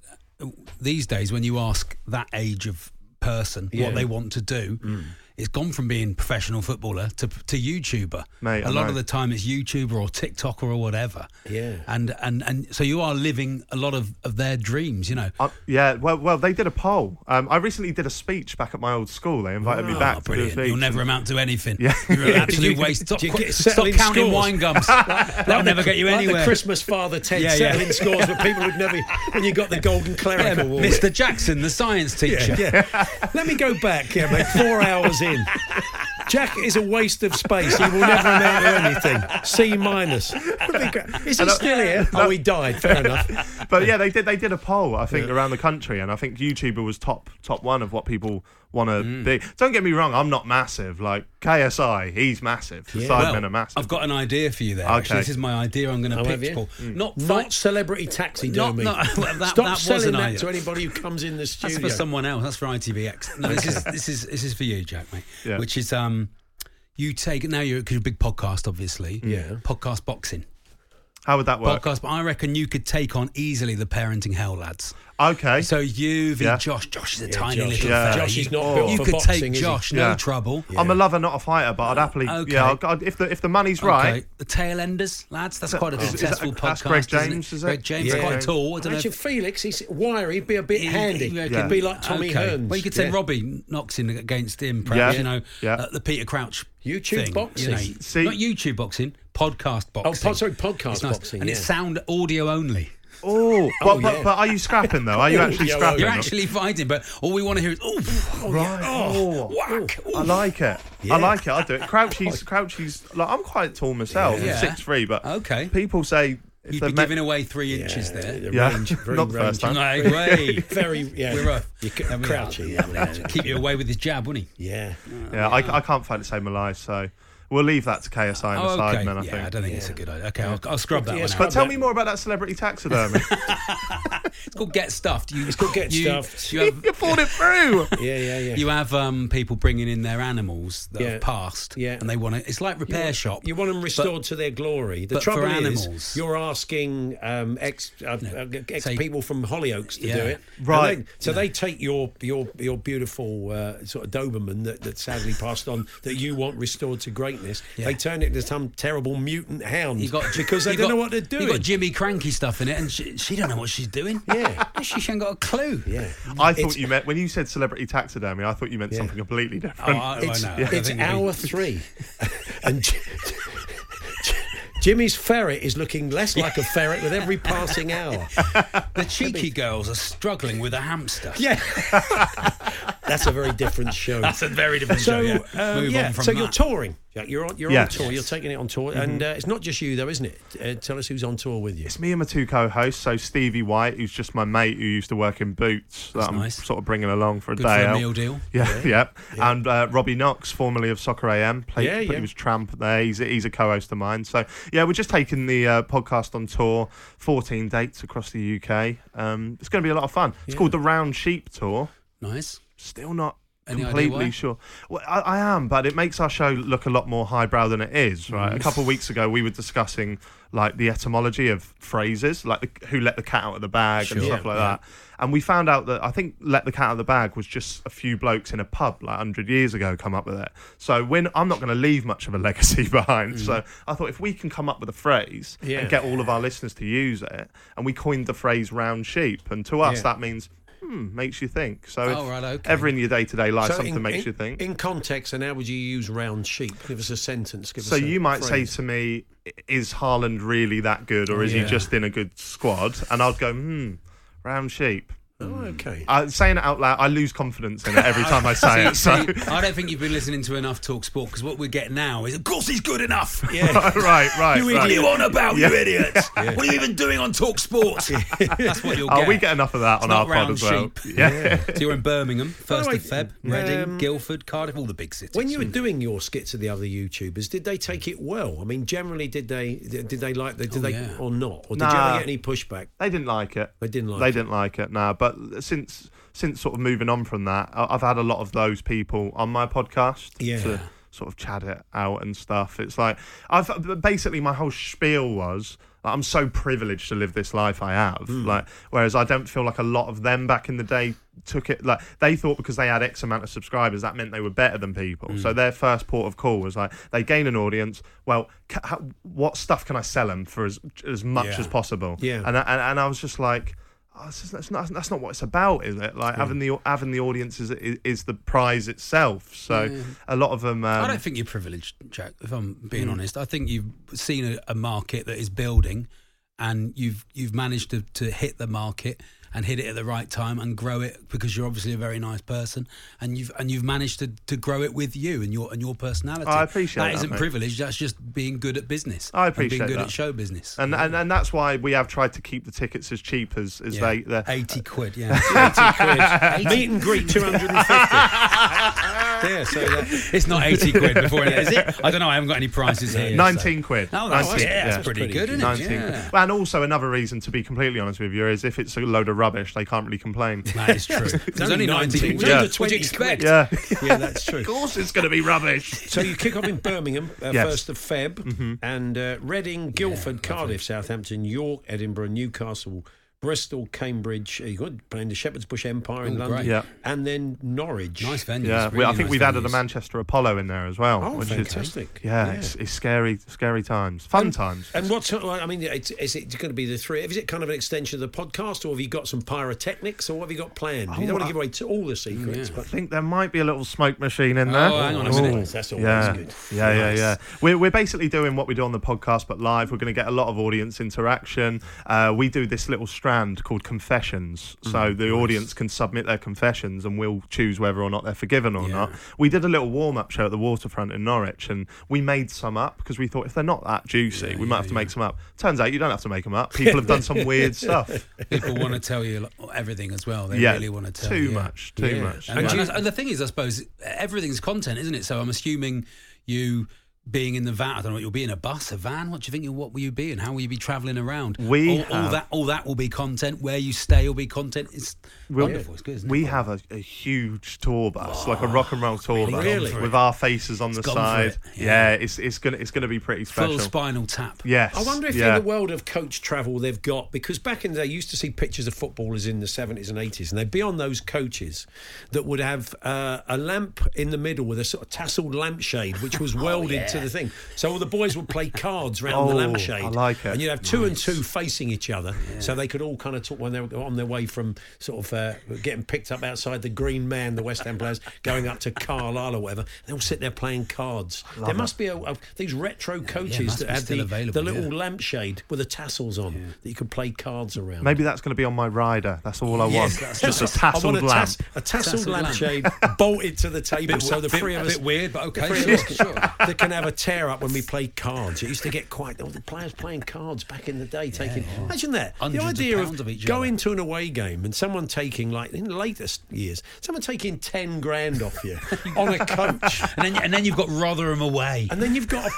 Speaker 3: these days, when you ask that age of person what they want to do,
Speaker 2: Mm.
Speaker 3: it's gone from being professional footballer to, to YouTuber.
Speaker 7: Mate,
Speaker 3: a
Speaker 7: I
Speaker 3: lot of
Speaker 7: know.
Speaker 3: the time it's YouTuber or TikToker or whatever.
Speaker 2: Yeah.
Speaker 3: And and and so you are living a lot of, of their dreams, you know.
Speaker 7: Uh, yeah, well, well, they did a poll. Um, I recently did a speech back at my old school. They invited me back
Speaker 3: Oh,
Speaker 7: to do a
Speaker 3: brilliant.
Speaker 7: speech.
Speaker 3: You'll never amount to anything. You're an
Speaker 2: *laughs* Yeah.
Speaker 3: absolute
Speaker 2: Did you-
Speaker 3: waste. Stop,
Speaker 2: did you
Speaker 3: qu-
Speaker 2: get
Speaker 3: stop
Speaker 2: settling
Speaker 3: counting
Speaker 2: scores?
Speaker 3: wine
Speaker 2: *laughs*
Speaker 3: gums. That'll
Speaker 2: the-
Speaker 3: never get you
Speaker 2: like
Speaker 3: anywhere.
Speaker 2: The Christmas Father Ted
Speaker 3: Yeah, yeah.
Speaker 2: settling scores with people
Speaker 3: *laughs*
Speaker 2: who'd never. When you got the Golden Cleric
Speaker 3: Yeah,
Speaker 2: Award,
Speaker 3: Mr. Jackson, the science teacher.
Speaker 2: *laughs* Yeah, yeah. Let me go back, yeah, mate. Four hours in. Jack is a waste of space. He will never amount to anything. C minus. Would be great. Is he still here? Oh, he died. Fair enough.
Speaker 7: *laughs* but yeah, they did. They did a poll, I think, around the country, and I think YouTuber was top top one of what people want to
Speaker 3: Hmm.
Speaker 7: be. Don't get me wrong, I'm not massive. Like KSI, he's massive. The Sidemen
Speaker 3: Well,
Speaker 7: are massive.
Speaker 3: I've got an idea for you there. actually.
Speaker 7: Okay. Mm.
Speaker 3: This is my idea I'm going to
Speaker 2: Oh, have
Speaker 3: pitch,
Speaker 2: you?
Speaker 3: Paul. Mm. Not,
Speaker 2: Not
Speaker 3: fi-
Speaker 2: celebrity taxidermy.
Speaker 3: Not- *laughs* not- well, that-
Speaker 2: Stop
Speaker 3: that was
Speaker 2: selling
Speaker 3: an
Speaker 2: that
Speaker 3: idea.
Speaker 2: to anybody who comes in the
Speaker 3: That's
Speaker 2: studio.
Speaker 3: for someone else. That's for ITVX. No, this is this is this is for you, Jack, mate.
Speaker 7: Yeah.
Speaker 3: Which is um, you take now you're, 'cause you're a big podcast, obviously.
Speaker 2: Yeah.
Speaker 3: Podcast boxing.
Speaker 7: How would that work?
Speaker 3: Podcast, but I reckon you could take on easily the parenting hell, lads.
Speaker 7: Okay.
Speaker 3: So you v
Speaker 7: Yeah.
Speaker 3: Josh. Josh is a tiny
Speaker 2: Josh.
Speaker 3: little
Speaker 7: Yeah. Oh.
Speaker 3: fella.
Speaker 2: Josh is
Speaker 3: You-
Speaker 2: not built
Speaker 3: You
Speaker 2: for
Speaker 3: could
Speaker 2: boxing,
Speaker 3: take
Speaker 2: is he?
Speaker 3: Josh,
Speaker 7: Yeah.
Speaker 3: no trouble.
Speaker 7: I'm a lover, not a fighter, but I'd happily.
Speaker 3: okay.
Speaker 7: Yeah, I'll- I'd, if the if the money's right.
Speaker 3: Okay. The tail enders, lads. That's
Speaker 7: Is
Speaker 3: quite a
Speaker 7: that- is- is that-
Speaker 3: successful
Speaker 7: that's
Speaker 3: podcast.
Speaker 7: Greg
Speaker 3: isn't
Speaker 7: James, is it?
Speaker 3: Greg James,
Speaker 2: Yeah.
Speaker 3: quite tall. I don't know
Speaker 2: Imagine
Speaker 3: if-
Speaker 2: Felix. He's wiry. He'd be a bit
Speaker 3: He-
Speaker 2: handy.
Speaker 3: he-
Speaker 2: He'd
Speaker 7: Yeah.
Speaker 2: be like Tommy
Speaker 3: okay.
Speaker 2: Hearns.
Speaker 3: Well, you could say
Speaker 2: Yeah.
Speaker 3: Robbie knocks in against him, perhaps,
Speaker 7: Yeah.
Speaker 3: you know,
Speaker 7: Yeah.
Speaker 3: uh, the Peter Crouch.
Speaker 2: YouTube
Speaker 3: thing,
Speaker 2: boxing. Oh,
Speaker 3: You know,
Speaker 7: See-
Speaker 3: not YouTube boxing, podcast boxing.
Speaker 2: sorry, podcast
Speaker 3: It's nice.
Speaker 2: boxing,
Speaker 3: And
Speaker 2: yeah.
Speaker 3: it's sound audio only.
Speaker 7: Oh, but, but,
Speaker 2: yeah.
Speaker 7: but are you scrapping though? Are you actually
Speaker 2: yeah, well,
Speaker 7: scrapping?
Speaker 3: You're actually fighting, but all we want to hear is, oof,
Speaker 7: right.
Speaker 3: oh, whack.
Speaker 7: I
Speaker 3: oof."
Speaker 7: like it. I like it. I do it.
Speaker 3: *laughs*
Speaker 7: Crouchy's, Crouchy's. Like I'm quite tall myself.
Speaker 3: Yeah.
Speaker 7: six three, but
Speaker 3: Okay.
Speaker 7: People say if
Speaker 3: You'd
Speaker 7: they
Speaker 3: be
Speaker 7: met,
Speaker 3: giving away three inches there.
Speaker 2: The
Speaker 7: Yeah. *laughs*
Speaker 2: range, very
Speaker 7: Not the
Speaker 2: rangy.
Speaker 7: first time. *laughs*
Speaker 3: No way.
Speaker 2: Very, yeah.
Speaker 3: We're off.
Speaker 2: You c-
Speaker 3: There we are.
Speaker 2: crouchy, yeah, yeah.
Speaker 3: Keep you away with his jab, wouldn't he?
Speaker 2: Yeah.
Speaker 7: yeah, I, I can't fight to save my life, so we'll leave that to KSI and the
Speaker 3: Oh, okay.
Speaker 7: Sidemen. I
Speaker 3: yeah,
Speaker 7: think.
Speaker 3: I don't think it's a good idea. Okay, I'll, I'll scrub that
Speaker 2: Yeah,
Speaker 3: one out.
Speaker 2: scrub-
Speaker 7: but tell
Speaker 2: that-
Speaker 7: me more about that
Speaker 3: *laughs*
Speaker 7: celebrity taxidermy.
Speaker 3: It's called Get Stuffed. You, it's
Speaker 2: called Get
Speaker 3: you,
Speaker 2: Stuffed.
Speaker 3: You have,
Speaker 7: you pulled it through.
Speaker 2: Yeah, yeah, yeah.
Speaker 3: you have um, people bringing in their animals that
Speaker 2: Yeah.
Speaker 3: have passed,
Speaker 2: Yeah.
Speaker 3: and they want to. It's like repair shop.
Speaker 2: You want them restored to their glory. The
Speaker 3: but for
Speaker 2: trouble is,
Speaker 3: animals-
Speaker 2: you're asking um, ex uh, uh, ex
Speaker 3: say-
Speaker 2: people from Hollyoaks to
Speaker 3: Yeah.
Speaker 2: do it, And
Speaker 7: Right.
Speaker 2: they- so they take your your your beautiful uh, sort of Doberman that, that sadly passed on that you want restored to greatness. They turn it into some terrible mutant hound
Speaker 3: You
Speaker 2: *laughs*
Speaker 3: got
Speaker 2: because they
Speaker 3: you
Speaker 2: don't
Speaker 3: got-
Speaker 2: know what they're doing.
Speaker 3: You got Jimmy Cranky stuff in it, and she, she don't know what she's doing.
Speaker 2: *laughs*
Speaker 3: *laughs*
Speaker 2: Yeah.
Speaker 3: she ain't got a clue.
Speaker 2: yeah.
Speaker 7: I thought you meant when you said celebrity taxidermy. I thought you meant something completely
Speaker 3: Oh,
Speaker 7: different.
Speaker 3: I,
Speaker 2: It's,
Speaker 3: I know. I
Speaker 2: it's
Speaker 3: think we-
Speaker 2: hour three, *laughs* and J- J- Jimmy's ferret is looking less like a ferret with every
Speaker 3: *laughs*
Speaker 2: passing hour.
Speaker 3: *laughs*
Speaker 2: *laughs*
Speaker 3: The cheeky girls are struggling with a hamster.
Speaker 2: Yeah, *laughs* that's a very different show.
Speaker 3: That's a very different show.
Speaker 2: so,
Speaker 3: Yeah.
Speaker 2: uh,
Speaker 3: Move
Speaker 2: yeah,
Speaker 3: on from
Speaker 2: so
Speaker 3: that. Mm-hmm.
Speaker 2: you're touring. Jack. You're on, you're
Speaker 7: Yes.
Speaker 2: on tour. You're taking it on tour, and uh, it's not just you though, isn't it? Uh, tell us who's on tour with you.
Speaker 7: It's me and my two co-hosts, so Stevie White, who's just my mate who used to work in Boots, that I'm
Speaker 3: nice.
Speaker 7: sort of bringing along for a
Speaker 3: Good
Speaker 7: day
Speaker 3: for a
Speaker 7: out.
Speaker 3: meal deal.
Speaker 7: Yeah, *laughs* yeah. And uh, Robbie Knox, formerly of Soccer AM, played,
Speaker 2: Yeah, yeah.
Speaker 7: he was Tramp there. He's a, he's a co-host of mine. So yeah, we're just taking the uh, podcast on tour, 14 dates across the UK. Um, it's going to be a lot of fun. It's called the Round Sheep Tour.
Speaker 3: Nice.
Speaker 7: Still not
Speaker 3: Any idea
Speaker 7: completely
Speaker 3: why?
Speaker 7: sure. Well, I, I am, but it makes our show look a lot more highbrow than it is,
Speaker 3: Mm.
Speaker 7: right? A couple of weeks ago, we were discussing like the etymology of phrases, like the, who let the cat out of the bag and
Speaker 3: Sure.
Speaker 7: stuff like that. And we found out that I think let the cat out of the bag was just a few blokes in a pub like 100 years ago come up with it. So when I'm not going to leave much of a *laughs* legacy behind.
Speaker 3: Mm.
Speaker 7: So I thought if we can come up with a phrase
Speaker 2: Yeah.
Speaker 7: and get all of our listeners to use it, and we coined the phrase round sheep. And to us,
Speaker 2: Yeah.
Speaker 7: that means. Hmm, makes you think. So
Speaker 3: Oh,
Speaker 7: if
Speaker 3: right, okay.
Speaker 7: ever in your day-to-day life,
Speaker 2: So
Speaker 7: something
Speaker 2: in-
Speaker 7: makes
Speaker 2: in-
Speaker 7: you think.
Speaker 2: In context, and how would you use round sheep? Give us a sentence. Give
Speaker 7: so
Speaker 2: us a
Speaker 7: you might
Speaker 2: phrase.
Speaker 7: say to me, "I- "Is Haaland really that good, or is
Speaker 3: Yeah.
Speaker 7: he just in a good squad?" And I'd go, "Hmm, round sheep."
Speaker 2: Oh, okay.
Speaker 7: Uh, saying it out loud, I lose confidence in
Speaker 3: *laughs*
Speaker 7: it every time I say it. *laughs*
Speaker 3: See,
Speaker 7: So
Speaker 3: see, I don't think you've been listening to enough talk sport because what we get now is, of course, he's good enough.
Speaker 2: *laughs*
Speaker 7: right, right,
Speaker 3: *laughs*
Speaker 7: right.
Speaker 3: You idiot. on about, you
Speaker 7: *laughs*
Speaker 3: idiots? What are you even doing on Talk
Speaker 2: *laughs*
Speaker 3: Sports? That's what you'll
Speaker 7: Oh,
Speaker 3: get.
Speaker 7: we get enough of that
Speaker 3: It's
Speaker 7: on
Speaker 3: not
Speaker 7: our pod
Speaker 3: round
Speaker 7: as well.
Speaker 3: sheep.
Speaker 7: *laughs* Yeah. Oh,
Speaker 3: So you're in
Speaker 7: *laughs*
Speaker 3: Birmingham, 1st
Speaker 2: way,
Speaker 3: of Feb, Reading,
Speaker 2: um,
Speaker 3: Guildford, Cardiff, all the big cities.
Speaker 2: When you were doing your skits of the other YouTubers, did they take it well? I mean, generally, did they did they like the, did they
Speaker 3: yeah.
Speaker 2: or not, or did you
Speaker 7: Nah.
Speaker 2: ever get any pushback?
Speaker 7: They didn't like it.
Speaker 2: They didn't like
Speaker 7: They
Speaker 2: it.
Speaker 7: didn't like it. Nah, but since since sort of moving on from that, I- I've had a lot of those people on my podcast
Speaker 2: Yeah.
Speaker 7: to sort of chat it out and stuff. It's like I've basically my whole spiel was. like, I'm so privileged to live this life I have.
Speaker 2: Mm.
Speaker 7: Like, whereas I don't feel like a lot of them back in the day took it like they thought because they had X amount of subscribers that meant they were better than people.
Speaker 2: Mm.
Speaker 7: So their first port of call was like they gain an audience. Well, ca- how, what stuff can I sell them for as as much
Speaker 3: Yeah.
Speaker 7: as possible?
Speaker 2: Yeah.
Speaker 7: And I, and, and I was just like, oh, this is, that's not that's not what it's about, is it? Like having the having the audience is, is is the prize itself. So
Speaker 3: Mm.
Speaker 7: a lot of them. Um, Hmm.
Speaker 3: I don't think you're privileged, Jack. If I'm being honest, I think you've seen a, a market that is building, and you've you've managed to, to hit the market and hit it at the right time and grow it because you're obviously a very nice person, and you've and you've managed to, to grow it with you and your and your personality.
Speaker 7: I appreciate that,
Speaker 3: that isn't
Speaker 7: mate.
Speaker 3: privilege. That's just being good at business.
Speaker 7: I
Speaker 3: and
Speaker 7: appreciate
Speaker 3: being good
Speaker 7: that.
Speaker 3: at show business.
Speaker 7: and, and and that's why we have tried to keep the tickets as cheap as as
Speaker 3: Yeah.
Speaker 7: they uh, they.
Speaker 3: eighty quid. Yeah, *laughs*
Speaker 7: *laughs*
Speaker 2: Meet and greet, two hundred and fifty. yeah, so that,
Speaker 3: it's not eighty quid before it, is it? I don't know. I haven't got any prices here. so-
Speaker 7: 19 quid.
Speaker 3: Oh, that's,
Speaker 7: 19,
Speaker 3: yeah, that's
Speaker 7: yeah.
Speaker 3: pretty,
Speaker 2: Pretty
Speaker 3: good, isn't
Speaker 2: good.
Speaker 3: it?
Speaker 7: 19
Speaker 3: Yeah.
Speaker 7: quid. And also another reason to be completely honest with you is if it's a load of rubbish, they can't really complain.
Speaker 3: That is
Speaker 7: *laughs*
Speaker 3: true. There's
Speaker 2: only
Speaker 3: only 19.
Speaker 2: 19.
Speaker 3: quid.
Speaker 7: Yeah.
Speaker 3: What do you expect?
Speaker 7: yeah,
Speaker 2: *laughs* yeah, that's true.
Speaker 7: of course it's going to be rubbish.
Speaker 2: *laughs* So you kick off in Birmingham, uh,
Speaker 7: Yes.
Speaker 2: 1st of Feb, and uh, Reading, Guildford, Cardiff, Southampton, York, Edinburgh, Newcastle, Bristol, Cambridge. He got playing the Shepherd's Bush Empire in
Speaker 3: Oh,
Speaker 2: London,
Speaker 3: great.
Speaker 7: Yeah.
Speaker 2: and then Norwich.
Speaker 3: Nice venues.
Speaker 7: Yeah, we,
Speaker 3: really
Speaker 7: I think
Speaker 3: nice
Speaker 7: we've added the
Speaker 3: venues.
Speaker 7: Manchester Apollo in there as well.
Speaker 2: Oh,
Speaker 7: which
Speaker 2: fantastic.
Speaker 7: Is, yeah,
Speaker 2: Yeah.
Speaker 7: It's, it's scary, scary times, fun times.
Speaker 2: And what's I mean, it's, is it going to be the three? Is it kind of an extension of the podcast, or have you got some pyrotechnics, or what have you got planned? you don't want to give away to all the secrets,
Speaker 7: I think there might be a little smoke machine in
Speaker 3: Oh,
Speaker 7: there.
Speaker 3: hang on a
Speaker 7: Ooh.
Speaker 3: minute.
Speaker 2: That's always
Speaker 7: yeah.
Speaker 2: good.
Speaker 7: Yeah,
Speaker 2: Nice.
Speaker 7: yeah, yeah. We're, we're basically doing what we do on the podcast, but live. We're going to get a lot of audience interaction. Uh, we do this little strand called confessions.
Speaker 2: Mm-hmm.
Speaker 7: So the audience can submit their confessions and we'll choose whether or not they're forgiven or
Speaker 3: Yeah.
Speaker 7: not. We did a little warm up show at the waterfront in Norwich and we made some up because we thought if they're not that juicy, we might have to make some up. Turns out you don't have to make them up. People have done some
Speaker 2: *laughs*
Speaker 7: weird stuff.
Speaker 3: People want to tell you like, everything as well. They
Speaker 7: yeah.
Speaker 3: really want to tell
Speaker 7: too
Speaker 3: you.
Speaker 7: much. Too much.
Speaker 3: And, and that's- and the thing is, I suppose everything's content, isn't it? So I'm assuming you being in the van. I don't know what you'll be in a bus, a van. What do you think? you'll- What will you be? And how will you be travelling around?
Speaker 7: We
Speaker 3: all, all
Speaker 7: have-
Speaker 3: that. All that will be content. Where you stay will be content. It's
Speaker 7: We'll-
Speaker 3: wonderful. It's good. Isn't
Speaker 7: We
Speaker 3: it?
Speaker 7: have a, a huge tour bus, like a rock and roll tour
Speaker 3: really
Speaker 7: bus,
Speaker 3: gone for
Speaker 7: with
Speaker 3: it.
Speaker 7: our faces on the
Speaker 3: gone for
Speaker 7: side.
Speaker 3: it,
Speaker 7: Yeah.
Speaker 3: yeah.
Speaker 7: it's it's gonna it's gonna be pretty
Speaker 3: full
Speaker 7: special.
Speaker 3: spinal tap. *laughs*
Speaker 7: yes,
Speaker 2: I wonder if
Speaker 7: yeah.
Speaker 2: in the world of coach travel they've got because back in the day you used to see pictures of footballers in the seventies and eighties, and they'd be on those coaches that would have uh, a lamp in the middle with a sort of tasselled lampshade which
Speaker 7: *laughs*
Speaker 2: was welded to the thing. So all the boys would play cards round
Speaker 7: Oh,
Speaker 2: the lampshade.
Speaker 7: I like it.
Speaker 2: And you'd have two and two facing each other, so they could all kind of talk when they were on their way from sort of uh, getting picked up outside the Green Man, the West Ham players, going up to Carlisle or whatever. They all sit there playing cards. there must be a, a, these retro coaches
Speaker 3: must
Speaker 2: that
Speaker 3: be
Speaker 2: had
Speaker 3: still
Speaker 2: the,
Speaker 3: available,
Speaker 2: the
Speaker 3: yeah.
Speaker 2: little lampshade with the tassels on that you could play cards around.
Speaker 7: Maybe that's gonna be on my rider. That's all I
Speaker 2: Yes,
Speaker 7: want.
Speaker 2: that's
Speaker 7: Just a
Speaker 2: right. I
Speaker 7: tasseled
Speaker 2: want a,
Speaker 7: lamp.
Speaker 2: tass- a tasseled,
Speaker 3: Tasseled lamp.
Speaker 2: *laughs* lampshade bolted to the table, so the
Speaker 3: bit-
Speaker 2: three of
Speaker 3: a
Speaker 2: us.
Speaker 3: bit weird, but okay,
Speaker 2: the three of
Speaker 3: sure,
Speaker 2: us
Speaker 3: sure.
Speaker 2: That can have a tear up when we play cards. It used to get quite all the players playing cards back in the day. Taking imagine that
Speaker 3: Hundreds
Speaker 2: the
Speaker 3: of
Speaker 2: idea
Speaker 3: pounds of each
Speaker 2: going
Speaker 3: other.
Speaker 2: to an away game and someone taking like in the latest years, someone taking ten grand off *laughs* you on a coach,
Speaker 3: And then, and then you've got Rotherham away,
Speaker 2: and then you've got. To,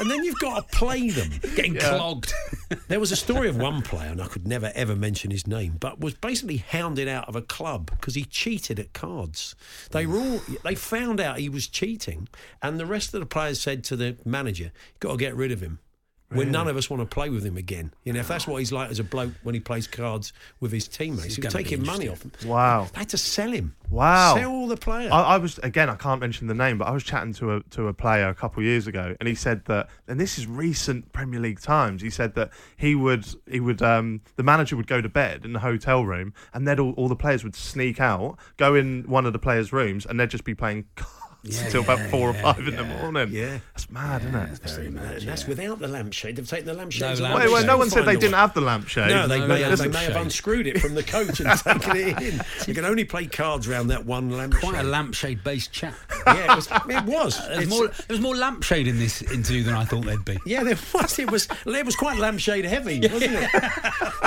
Speaker 2: and then you've got to play them.
Speaker 3: getting
Speaker 7: *laughs*
Speaker 3: clogged.
Speaker 2: There was a story of one player, and I could never ever mention his name, but was basically hounded out of a club because he cheated at cards. They were all they found out he was cheating, and the rest of the players said to the manager, "You've "Got to get rid of him." When none of us want to play with him again, you know, if that's what he's like as a bloke when he plays cards with his teammates, he was
Speaker 3: gonna be
Speaker 2: taking money off
Speaker 3: interesting.
Speaker 2: him.
Speaker 7: Wow.
Speaker 2: They had to sell him.
Speaker 7: Wow. Oh.
Speaker 2: sell all the players.
Speaker 7: I, I was again. I can't mention the name, but I was chatting to a to a player a couple of years ago, and he said that, and this is recent Premier League times. He said that he would he would um, the manager would go to bed in the hotel room, and then all, all the players would sneak out, go in one of the players' rooms, and they'd just be playing *laughs* cards
Speaker 3: Yeah,
Speaker 7: until about
Speaker 3: yeah,
Speaker 7: four
Speaker 3: yeah,
Speaker 7: or five in the
Speaker 3: yeah.
Speaker 7: morning.
Speaker 2: Yeah.
Speaker 7: that's mad, isn't it?
Speaker 3: Very much,
Speaker 2: and that's
Speaker 3: yeah.
Speaker 2: without the lampshade. They've taken the lampshade.
Speaker 3: lampshade.
Speaker 7: Wait, wait, no
Speaker 3: Shade.
Speaker 7: one said they didn't have the lampshade.
Speaker 2: No, they,
Speaker 3: No,
Speaker 2: may,
Speaker 3: no,
Speaker 2: have,
Speaker 3: no.
Speaker 2: they may have
Speaker 3: Lampshade.
Speaker 2: unscrewed it from the
Speaker 3: *laughs*
Speaker 2: coach and taken it in. You can only play cards round that one lampshade.
Speaker 3: Quite a lampshade-based
Speaker 7: *laughs*
Speaker 3: chat.
Speaker 2: Yeah, it was. It
Speaker 3: *laughs* There's
Speaker 2: was. It's-
Speaker 3: more. There was more lampshade in this interview than I thought there'd be.
Speaker 2: Yeah, there was. It was. It was quite lampshade heavy, wasn't it?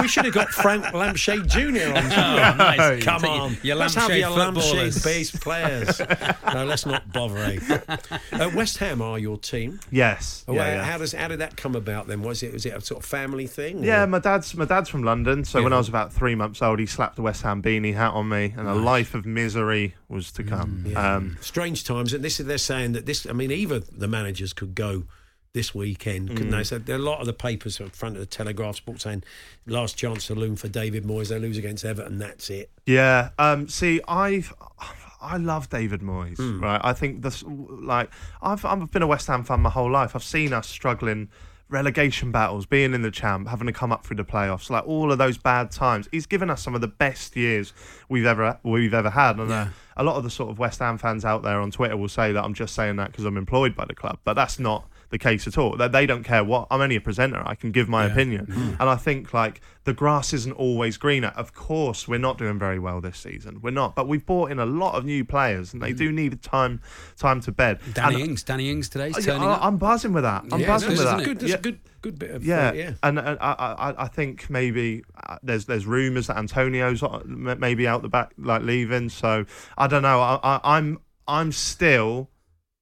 Speaker 2: we should have got Frank Lampshade Junior on.
Speaker 3: *laughs* Oh,
Speaker 2: *laughs*
Speaker 3: nice.
Speaker 2: Come
Speaker 3: So you-
Speaker 2: on,
Speaker 3: your
Speaker 2: let's have
Speaker 3: lampshade
Speaker 2: your
Speaker 3: footballers.
Speaker 2: lampshade-based players. no, let's not bother. Eh?
Speaker 3: *laughs*
Speaker 2: Uh, West Ham are your team.
Speaker 7: Yes.
Speaker 2: Oh,
Speaker 7: yeah,
Speaker 2: uh,
Speaker 7: yeah.
Speaker 2: How does how did that come about? Then was it was it a sort of family thing?
Speaker 7: Yeah,
Speaker 2: or-
Speaker 7: my dad's my dad's from London. So when I was about three months old, he slapped a West Ham beanie hat on me, and a life of misery was to come. um,
Speaker 2: strange times. And this is they're saying that this. I mean, either the managers could go this weekend, couldn't
Speaker 3: Mm.
Speaker 2: they? So there are a lot of the papers in front of the Telegraph Sport saying last chance saloon for David Moyes. They lose against Everton. That's it.
Speaker 7: yeah. Um, see, I've. I love David Moyes, right? I think this, like, I've I've been a West Ham fan my whole life. I've seen us struggling, relegation battles, being in the champ, having to come up through the playoffs, like all of those bad times. He's given us some of the best years we've ever we've ever had, and uh, a lot of the sort of West Ham fans out there on Twitter will say that I'm just saying that because I'm employed by the club, but that's not the case at all. That they don't care what I'm only a presenter. I can give my opinion,
Speaker 3: Hmm.
Speaker 7: and I think like the grass isn't always greener. Of course, we're not doing very well this season. We're not, but we've brought in a lot of new players, and they do need time time to bed.
Speaker 3: Hmm. Danny
Speaker 7: and,
Speaker 3: Ings. Danny Ings today's
Speaker 7: Oh, I,
Speaker 3: turning up.
Speaker 7: am buzzing with that. I'm
Speaker 3: Yeah,
Speaker 7: buzzing
Speaker 3: no,
Speaker 7: with
Speaker 3: it's
Speaker 7: that.
Speaker 2: good. That's
Speaker 7: Yeah.
Speaker 2: a good good bit of
Speaker 7: Yeah,
Speaker 2: uh, yeah.
Speaker 7: and, and I, I, I think maybe uh, there's there's rumours that Antonio's uh, m- maybe out the back, like leaving. So I don't know. I, I, I'm I'm still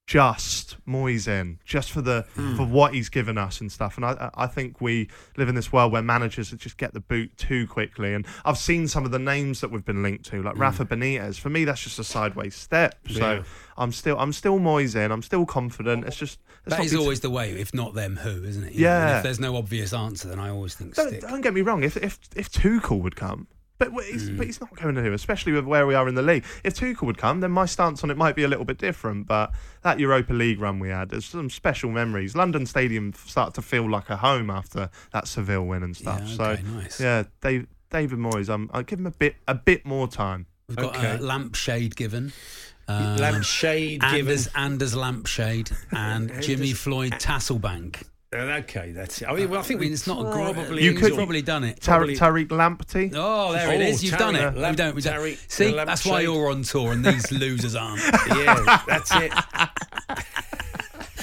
Speaker 7: just Moyes in, just for the for what he's given us and stuff. And I I I think we live in this world where managers just get the boot too quickly. And I've seen some of the names that we've been linked to, like Rafa Benitez. For me, that's just a sideways step. So
Speaker 2: Yeah.
Speaker 7: I'm still I'm still Moyes in. I'm still confident. It's just it's
Speaker 3: That
Speaker 7: not
Speaker 3: is
Speaker 7: be-
Speaker 3: always the way. If not them, who? Isn't it? You know, and
Speaker 7: Yeah.
Speaker 3: if there's no obvious answer, then I always think
Speaker 7: Don't,
Speaker 3: stick.
Speaker 7: don't get me wrong. If if if Tuchel would come, but w-
Speaker 2: Hmm.
Speaker 7: he's, but he's not going to, especially with where we are in the league. If Tuchel would come, then my stance on it might be a little bit different. But that Europa League run we had, there's some special memories. London Stadium f- started to feel like a home after that Seville win and stuff.
Speaker 3: Yeah, okay,
Speaker 7: so
Speaker 3: nice.
Speaker 7: yeah, Dave, David Moyes, um, I'll give him a bit a bit more time.
Speaker 3: We've got
Speaker 2: Okay.
Speaker 3: a lampshade given. Um,
Speaker 2: Lampshade given.
Speaker 3: Anders, Anders Lampshade and Jimmy Floyd Tasselbank.
Speaker 2: Uh, okay, that's. I mean, well, I
Speaker 3: I
Speaker 2: think
Speaker 3: mean, it's not a great.
Speaker 2: probably
Speaker 7: You
Speaker 3: he's
Speaker 7: could-
Speaker 3: probably done it.
Speaker 7: Tar-
Speaker 2: Probably-
Speaker 7: Tariq Lamptey.
Speaker 3: Oh, there it
Speaker 2: Oh,
Speaker 3: is. You've done
Speaker 2: Tariq
Speaker 3: it. we
Speaker 2: Lamp-
Speaker 3: don't. We don't.
Speaker 2: Tariq
Speaker 3: See, that's why
Speaker 2: Lampshade.
Speaker 3: you're on tour and these losers aren't. *laughs*
Speaker 2: yeah, that's it.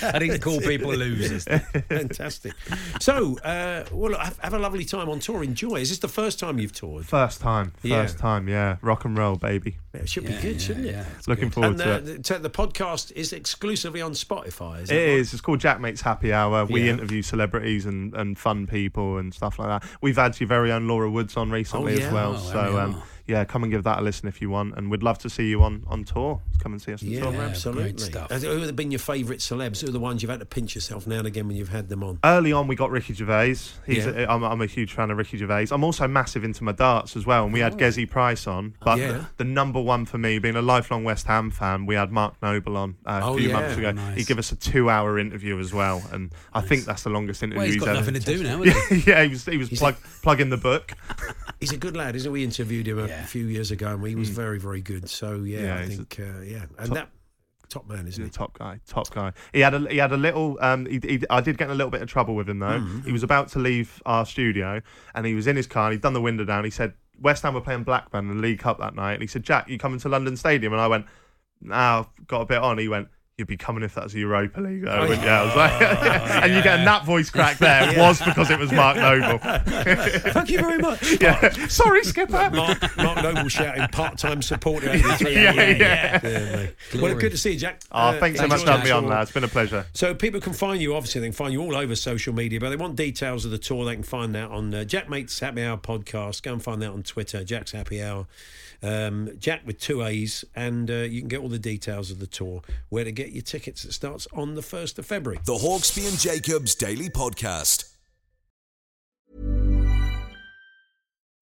Speaker 3: I didn't call people losers.
Speaker 2: Fantastic. So, uh, well, look, have, have a lovely time on tour. Enjoy. Is this the first time you've toured?
Speaker 7: First time, first
Speaker 2: Yeah.
Speaker 7: time, yeah. Rock and roll, baby.
Speaker 2: It should
Speaker 3: Yeah,
Speaker 2: be good,
Speaker 3: yeah,
Speaker 2: shouldn't it?
Speaker 3: yeah.
Speaker 7: Looking forward
Speaker 2: And
Speaker 7: to
Speaker 2: uh,
Speaker 7: it.
Speaker 2: the, so the podcast is exclusively on Spotify. Is
Speaker 7: It
Speaker 2: it?
Speaker 7: is. It's called Jack Mates Happy Hour. We
Speaker 2: Yeah.
Speaker 7: interview celebrities and, and fun people and stuff like that. We've had your very own Laura Woods on recently
Speaker 2: yeah.
Speaker 7: as well.
Speaker 3: Oh, there we
Speaker 7: so um,
Speaker 3: are.
Speaker 7: yeah, come and give that a listen if you want. And we'd love to see you on on tour. Come and see us on
Speaker 2: Yeah,
Speaker 7: tour.
Speaker 2: absolutely.
Speaker 3: great stuff.
Speaker 2: Uh, Who have been your favourite celebs? Who are the ones you've had to pinch yourself now and again when you've had them on?
Speaker 7: Early on, we got Ricky Gervais. He's
Speaker 2: Yeah.
Speaker 7: a, I'm, I'm a huge fan of Ricky Gervais. I'm also massive into my darts as well. And we had Gezi Price on, but
Speaker 2: Yeah.
Speaker 7: the, the number one for me, being a lifelong West Ham fan, we had Mark Noble on uh, a
Speaker 2: Oh,
Speaker 7: few
Speaker 2: yeah.
Speaker 7: months ago.
Speaker 3: Nice.
Speaker 7: He gave us a two-hour interview as well, and I think that's the longest interview
Speaker 3: Well, he's got
Speaker 7: ever.
Speaker 3: nothing to do now, has
Speaker 7: Yeah,
Speaker 3: he?
Speaker 7: *laughs* yeah, he was he was plug, plugging the book.
Speaker 2: He's a good lad, isn't he? We interviewed him a
Speaker 3: Yeah.
Speaker 2: few years ago and he was very, very good. So, yeah,
Speaker 7: Mm. Yeah,
Speaker 2: I
Speaker 7: he's a
Speaker 2: think, uh, yeah. And that top man, isn't
Speaker 7: He's a
Speaker 2: he?
Speaker 7: top guy, top guy. He had a he had a little. Um, he, he, I did get in a little bit of trouble with him though. He was about to leave our studio, and he was in his car. and He'd done the window down. He said West Ham were playing Blackburn in the League Cup that night, and he said, "Jack, you coming to London Stadium?" And I went, "Nah, I've got a bit on." He went. You'd be coming if that was a Europa League, though, wouldn't you? I was *laughs* like, and you get a nap voice crack there was because it was Mark Noble.
Speaker 2: Thank you very *laughs* much.
Speaker 7: *laughs* yeah, sorry, Skipper.
Speaker 2: Mark, Mark Noble shouting part-time supporter.
Speaker 7: *laughs*
Speaker 2: out of the three.
Speaker 7: Yeah,
Speaker 2: yeah. mate. well,
Speaker 3: Glory.
Speaker 2: good to see you, Jack.
Speaker 7: Oh,
Speaker 2: Uh,
Speaker 7: thanks so
Speaker 3: thanks,
Speaker 7: much for having me
Speaker 3: Jack.
Speaker 7: on, lad. It's been a pleasure.
Speaker 2: So people can find you. Obviously, they can find you all over social media. But they want details of the tour. They can find that on uh, Jack Mate's Happy Hour podcast. Go and find that on Twitter. Jack's Happy Hour. Um, Jack with two A's, and uh, you can get all the details of the tour. Where to get your tickets? It starts on the first of February.
Speaker 1: The Hawksby and Jacobs Daily Podcast.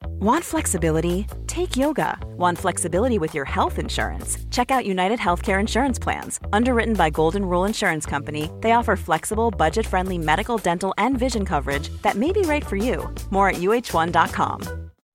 Speaker 8: Want flexibility? Take yoga. Want flexibility with your health insurance? Check out United Healthcare Insurance Plans. Underwritten by Golden Rule Insurance Company, they offer flexible, budget friendly medical, dental, and vision coverage that may be right for you. More at uh1.com.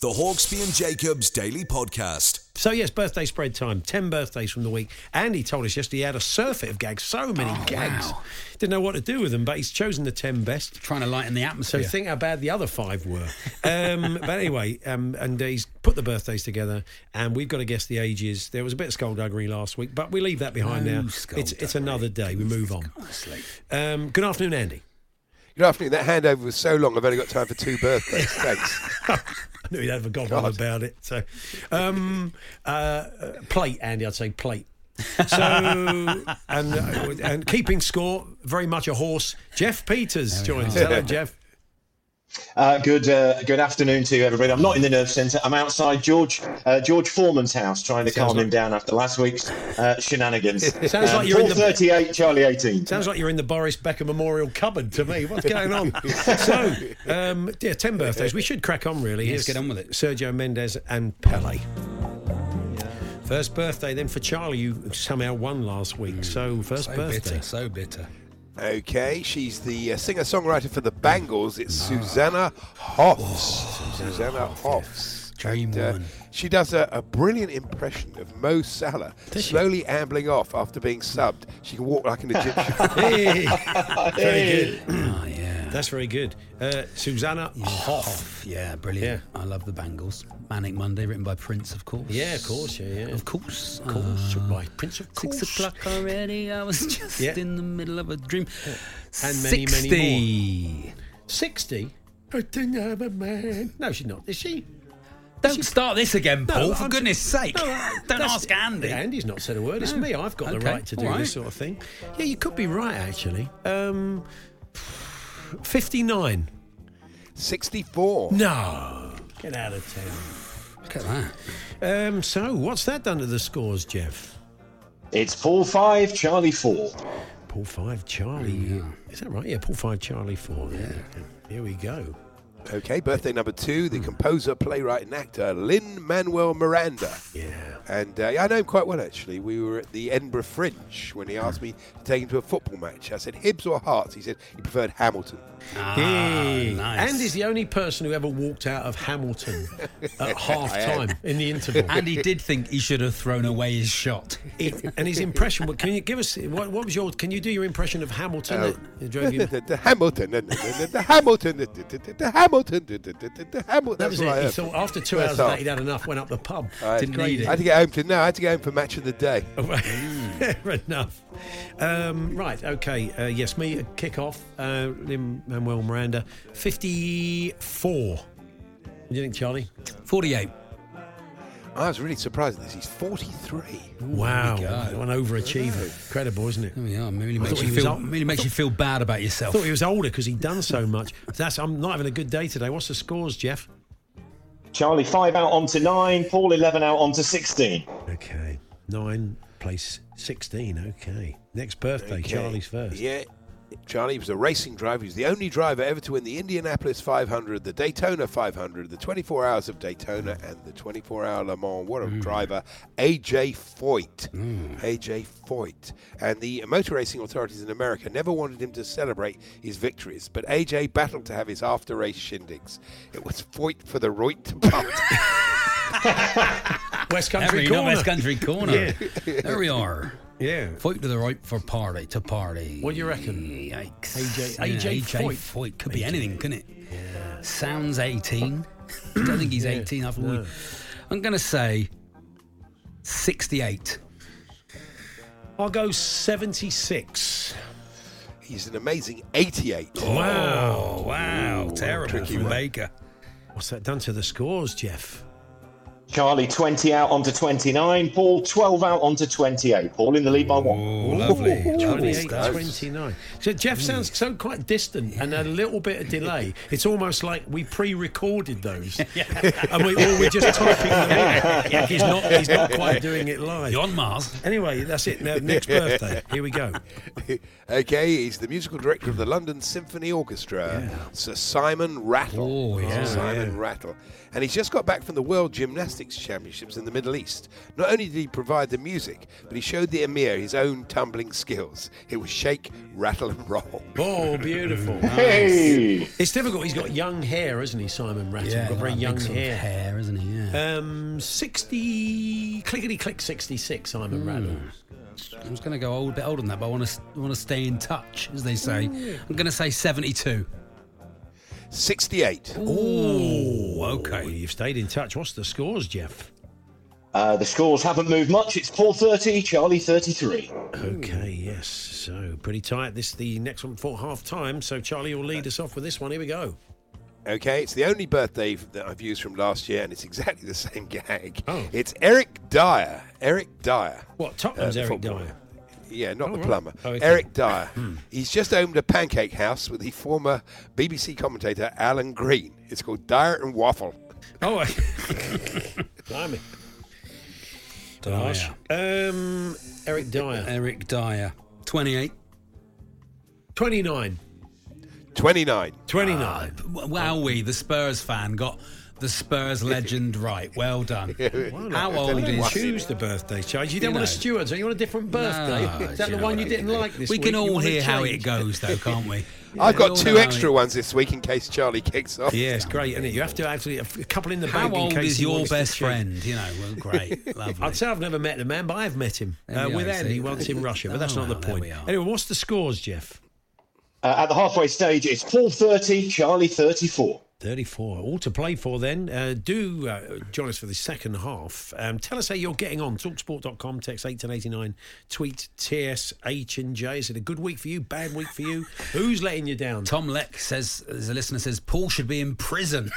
Speaker 1: The Hawksby and Jacobs Daily Podcast.
Speaker 2: So yes, birthday spread time. Ten birthdays from the week. And he told us yesterday he had a surfeit of gags. So many gags.
Speaker 3: wow.
Speaker 2: Didn't know what to do with them, but he's chosen the ten best.
Speaker 3: Trying to lighten the
Speaker 2: So
Speaker 3: atmosphere.
Speaker 2: think how bad the other five were. Um, but anyway, um, and he's put the birthdays together, and we've got to guess the ages. There was a bit of skullduggery last week, but we leave that behind
Speaker 3: No
Speaker 2: now. It's it's another day. We move on.
Speaker 3: Honestly.
Speaker 2: Um, good afternoon, Andy. *laughs*
Speaker 9: You know, after that handover was so long, I've only got time for two birthdays. Thanks.
Speaker 2: knew he'd have a gob on about it. So, um, uh, uh, plate, Andy, I'd say plate. So, and uh, and keeping score, very much a horse. Jeff Peters joins.
Speaker 9: are.
Speaker 2: Hello, Jeff.
Speaker 9: Uh, good, uh, good afternoon to you, everybody. I'm not in the nerve centre. I'm outside George uh, George Foreman's house, trying to
Speaker 2: Sounds
Speaker 9: calm
Speaker 2: like-
Speaker 9: him down after last week's uh, shenanigans.
Speaker 10: *laughs*
Speaker 2: Sounds like you're in the-
Speaker 9: 38, Charlie 18.
Speaker 2: Sounds like you're in the Boris Becker Memorial cupboard to me. What's going on? so, um, yeah, 10 birthdays. We should crack on, really.
Speaker 3: Yes,
Speaker 2: Here's
Speaker 3: get on with it.
Speaker 2: Sergio Mendes and Pele. First birthday then for Charlie, you somehow won last week. So, first
Speaker 3: Mm. so
Speaker 2: birthday.
Speaker 3: bitter, so bitter.
Speaker 10: Okay, she's the uh, singer-songwriter for the Bangles. It's Susanna Hoffs. Susanna Hoffs.
Speaker 3: Dream
Speaker 10: And, uh,
Speaker 3: woman.
Speaker 10: she does a, a brilliant impression of Mo *laughs* Salah slowly ambling off after being subbed. She can walk like an Egyptian.
Speaker 2: *laughs*
Speaker 3: *laughs*
Speaker 2: Hey. Very good.
Speaker 3: Oh,
Speaker 2: That's very good. Uh, Susanna Hoff.
Speaker 3: Yeah, brilliant. I love the Bangles. Manic Monday, written by Prince, of course.
Speaker 2: Yeah, of course. Yeah, yeah.
Speaker 3: Of course. Of
Speaker 2: course, by Prince, of
Speaker 3: Oh, Six o'clock already. I was just
Speaker 2: *laughs* Yeah.
Speaker 3: in the middle of a dream.
Speaker 2: And many, many
Speaker 3: 60.
Speaker 2: more. 60? I don't have a man. No, she's not, is she?
Speaker 3: Don't start this again, Paul, for
Speaker 2: I'm-
Speaker 3: goodness sake. *laughs*
Speaker 2: No, I-
Speaker 3: Don't
Speaker 2: that's-
Speaker 3: ask Andy.
Speaker 2: Andy's not said a word. It's
Speaker 3: No.
Speaker 2: me. I've got the
Speaker 3: Okay,
Speaker 2: right to do
Speaker 3: all right.
Speaker 2: this sort of thing. Yeah, you could be right, actually. Um, 59.
Speaker 10: 64.
Speaker 2: No. Get out of town. Look at that. Um, so, what's that done to the scores, Jeff?
Speaker 9: It's Paul 5, Charlie 4.
Speaker 2: Paul 5, Charlie. Is that right? Yeah, Paul 5, Charlie 4. Yeah. Here we go.
Speaker 10: Okay, birthday number two, the composer, playwright, and actor Lynn Manuel Miranda.
Speaker 2: Yeah.
Speaker 10: And uh, I know him quite well, actually. We were at the Edinburgh Fringe when he
Speaker 2: Hmm.
Speaker 10: asked me to take him to a football match. I said, Hibs or Hearts? He said he preferred Hamilton. *laughs*
Speaker 3: Ah,
Speaker 2: Hey. Andy's the only person who ever walked out of
Speaker 3: *laughs*
Speaker 2: Hamilton at half time in the interval.
Speaker 3: And he did think he should have thrown away his shot.
Speaker 2: It- and his impression. What can you give us? What, what was your? Can you do your impression of Hamilton?
Speaker 10: Oh.
Speaker 2: that- that
Speaker 10: *laughs*
Speaker 2: drove you-
Speaker 10: the Hamilton, the- the the Hamilton, the- the the- the Hamilton, the- the the- the Hamilton.
Speaker 2: that was
Speaker 10: That's all I
Speaker 2: it. He
Speaker 10: heard.
Speaker 2: thought after two
Speaker 10: That's
Speaker 2: hours of
Speaker 10: all.
Speaker 2: that he'd had enough. Went up the pub.
Speaker 10: I- I had to get home to no. I had to get home for match of the day.
Speaker 2: *laughs* Fair enough. Um, right. Okay. Uh, yes, me. uh, Kick off. Uh, Lin Manuel Miranda, fifty-four. What do you think, Charlie?
Speaker 3: Forty-eight.
Speaker 10: I was really surprised at this. He's forty-three.
Speaker 2: Wow,
Speaker 3: There we
Speaker 2: an overachiever. Incredible, isn't
Speaker 10: Hmm.
Speaker 2: it?
Speaker 3: Yeah, really
Speaker 2: I
Speaker 3: makes
Speaker 2: thought
Speaker 3: you
Speaker 2: he was
Speaker 3: feel
Speaker 2: up-
Speaker 3: really makes you feel bad about
Speaker 2: I
Speaker 3: yourself.
Speaker 2: thought he was older because he'd done so much. That's. I'm not having a good day today. What's the scores, Jeff?
Speaker 9: *laughs* Charlie 5 out onto 9, Paul 11 out onto 16.
Speaker 2: Okay. Nine, place 16. Okay. Next birthday,
Speaker 10: Okay.
Speaker 2: Charlie's first.
Speaker 10: Yeah. Charlie was a racing driver. He was the only driver ever to win the Indianapolis 500, the Daytona 500, the 24 Hours of Daytona, and the 24 Hour Le Mans. What a driver. AJ Foyt. AJ Foyt. And the motor racing authorities in America never wanted him to celebrate his victories, but AJ battled to have his after race shindigs. It was Foyt for the right to punt.
Speaker 2: West
Speaker 3: Every
Speaker 2: Country
Speaker 3: not
Speaker 2: Corner.
Speaker 3: West
Speaker 2: *laughs*
Speaker 3: Country Corner.
Speaker 2: Yeah.
Speaker 3: There we are.
Speaker 2: Yeah.
Speaker 3: Fight to the right for party to party.
Speaker 2: What do you reckon?
Speaker 3: Yikes.
Speaker 2: AJ
Speaker 3: Yeah,
Speaker 2: AJ Foyt.
Speaker 3: Foyt. Could be anything, couldn't it? Sounds
Speaker 2: *coughs*
Speaker 3: 18. I don't think he's 18. I've I'm going to say 68.
Speaker 2: I'll go 76.
Speaker 10: He's an amazing 88.
Speaker 2: Wow.
Speaker 3: Oh, wow. Terrible from Baker.
Speaker 2: What's that done to the scores, Jeff?
Speaker 9: Charlie 20 out onto 29, Paul 12 out onto 28. Paul in the lead by one.
Speaker 3: lovely.
Speaker 2: 28 29. So Jeff sounds so quite distant and a little bit of delay. It's almost like we pre recorded those *laughs* and we, or we're just typing them in. Like he's, not, he's not quite doing it live.
Speaker 3: You're on Mars.
Speaker 2: Anyway, that's it. Now, next birthday. Here we go.
Speaker 10: okay, he's the musical director of the London Symphony Orchestra, Sir Simon Rattle.
Speaker 3: Oh, yeah.
Speaker 10: Sir Simon Rattle. And he's just got back from the World Gymnastics Championships in the Middle East. Not only did he provide the music, but he showed the Emir his own tumbling skills. It was shake, rattle, and roll.
Speaker 2: Oh, beautiful.
Speaker 9: Hey.
Speaker 2: It's difficult. He's got young hair, isn't he, Simon Rattle? got very
Speaker 3: like big
Speaker 2: young
Speaker 3: sort of
Speaker 2: hair.
Speaker 3: hair, isn't he? Yeah.
Speaker 2: Um, 60, clickety click 66, Simon Rattle.
Speaker 3: I was going to go old, a bit older than that, but I want to want to stay in touch, as they say.
Speaker 2: Mm.
Speaker 3: I'm going to say 72.
Speaker 10: 68.
Speaker 3: Oh, okay.
Speaker 2: You've stayed in touch. What's the scores, Jeff?
Speaker 9: Uh, the scores haven't moved much. It's Paul 30, Charlie 33.
Speaker 2: Okay, yes. So pretty tight. This the next one for half time. So Charlie will lead us off with this one. Here we go.
Speaker 10: Okay, it's the only birthday f- that I've used from last year, and it's exactly the same gag.
Speaker 3: Oh.
Speaker 10: It's Eric Dyer. Eric Dyer.
Speaker 2: What, Tottenham's
Speaker 1: Uh,
Speaker 10: Uh, the
Speaker 2: Eric
Speaker 10: footballer.
Speaker 2: Dyer?
Speaker 10: Yeah, not
Speaker 2: Oh,
Speaker 10: the
Speaker 2: right.
Speaker 10: plumber.
Speaker 2: Oh, okay.
Speaker 10: Eric Dyer. He's just owned a pancake house with the former BBC commentator Alan Green. It's called Dyer and Waffle.
Speaker 2: Oh, I- *laughs* blimey.
Speaker 3: Oh,
Speaker 2: Gosh. Um, Eric Dyer.
Speaker 3: Eric Dyer. 28.
Speaker 2: 29.
Speaker 10: 29.
Speaker 2: 29.
Speaker 3: Ah. wowee, the Spurs fan got the
Speaker 2: *laughs*
Speaker 3: Spurs legend right. Well done. How
Speaker 2: Well,
Speaker 3: old
Speaker 2: you
Speaker 3: is
Speaker 2: choose the birthday charge? You don't
Speaker 3: You
Speaker 2: want a
Speaker 3: know.
Speaker 2: steward, so you want a different *laughs* birthday.
Speaker 3: No,
Speaker 2: Is that
Speaker 3: do
Speaker 2: the
Speaker 3: you
Speaker 2: one
Speaker 3: know
Speaker 2: you didn't like this
Speaker 3: Ah, We
Speaker 2: week?
Speaker 3: can
Speaker 2: You
Speaker 3: all
Speaker 2: want to
Speaker 3: hear how it
Speaker 2: change?
Speaker 3: goes, though, can't
Speaker 2: *laughs*
Speaker 3: we?
Speaker 10: I've
Speaker 3: We
Speaker 10: got
Speaker 3: all
Speaker 10: two
Speaker 3: know
Speaker 10: extra
Speaker 3: it-
Speaker 10: ones this week in case Charlie kicks off.
Speaker 2: Yeah, it's great, isn't it? You have to actually a couple in the
Speaker 3: How
Speaker 2: bank. in
Speaker 3: old
Speaker 2: case
Speaker 3: is
Speaker 2: he
Speaker 3: your
Speaker 2: wants to
Speaker 3: best
Speaker 2: cheat.
Speaker 3: friend? You know, well, great, lovely.
Speaker 2: *laughs* I'd say I've never met the man, but I've met him
Speaker 3: There
Speaker 2: uh,
Speaker 3: we
Speaker 2: with
Speaker 3: are,
Speaker 2: Andy
Speaker 3: see.
Speaker 2: once in Russia. But that's
Speaker 3: eh? *laughs* Oh,
Speaker 2: not the
Speaker 3: well, there
Speaker 2: point.
Speaker 3: we are.
Speaker 2: Anyway, what's the scores, Jeff?
Speaker 9: Uh, at the halfway stage, it's Paul 30, Charlie 34.
Speaker 2: 34. All to play for then. Uh, do uh, join us for the second half. Um, tell us how you're getting on. Talksport.com, text 1889, tweet TSH and J. Is it a good week for you? Bad week for you? Who's letting you down?
Speaker 3: Tom Leck says, as a listener says, Paul should be in prison.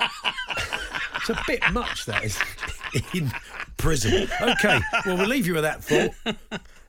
Speaker 2: It's a bit much, that is. *laughs* In prison. Okay, well, we'll leave you with that thought.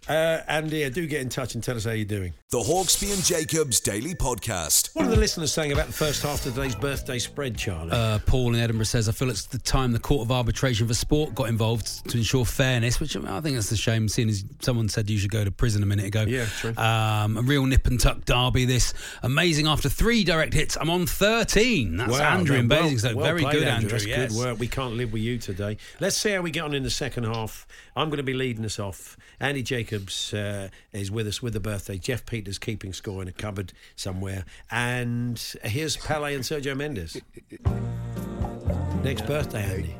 Speaker 2: Uh, and yeah, do get in touch and tell us how you're doing.
Speaker 1: The Hawksby and Jacobs Daily Podcast.
Speaker 2: What are the listeners saying about the first half of today's birthday spread, Charlie?
Speaker 3: Uh, Paul in Edinburgh says, I feel it's the time the Court of Arbitration for Sport got involved to ensure fairness, which I, mean, I think that's a shame, seeing as someone said you should go to prison a minute ago. Yeah, true. Um, a real nip and tuck derby, this. Amazing. After three direct hits, I'm on 13. That's Andrew in
Speaker 2: well-
Speaker 3: Basingstoke.
Speaker 2: well
Speaker 3: Very
Speaker 2: played,
Speaker 3: good, Andrew.
Speaker 2: That's
Speaker 3: yes.
Speaker 2: good work. We can't live with you today. Let's see how we get on in the second half. I'm going to be leading us off. Andy Jacobs uh, is with us with the birthday. Jeff Peters keeping score in a cupboard somewhere. And here's Pele and Sergio Mendes. Next birthday, Andy.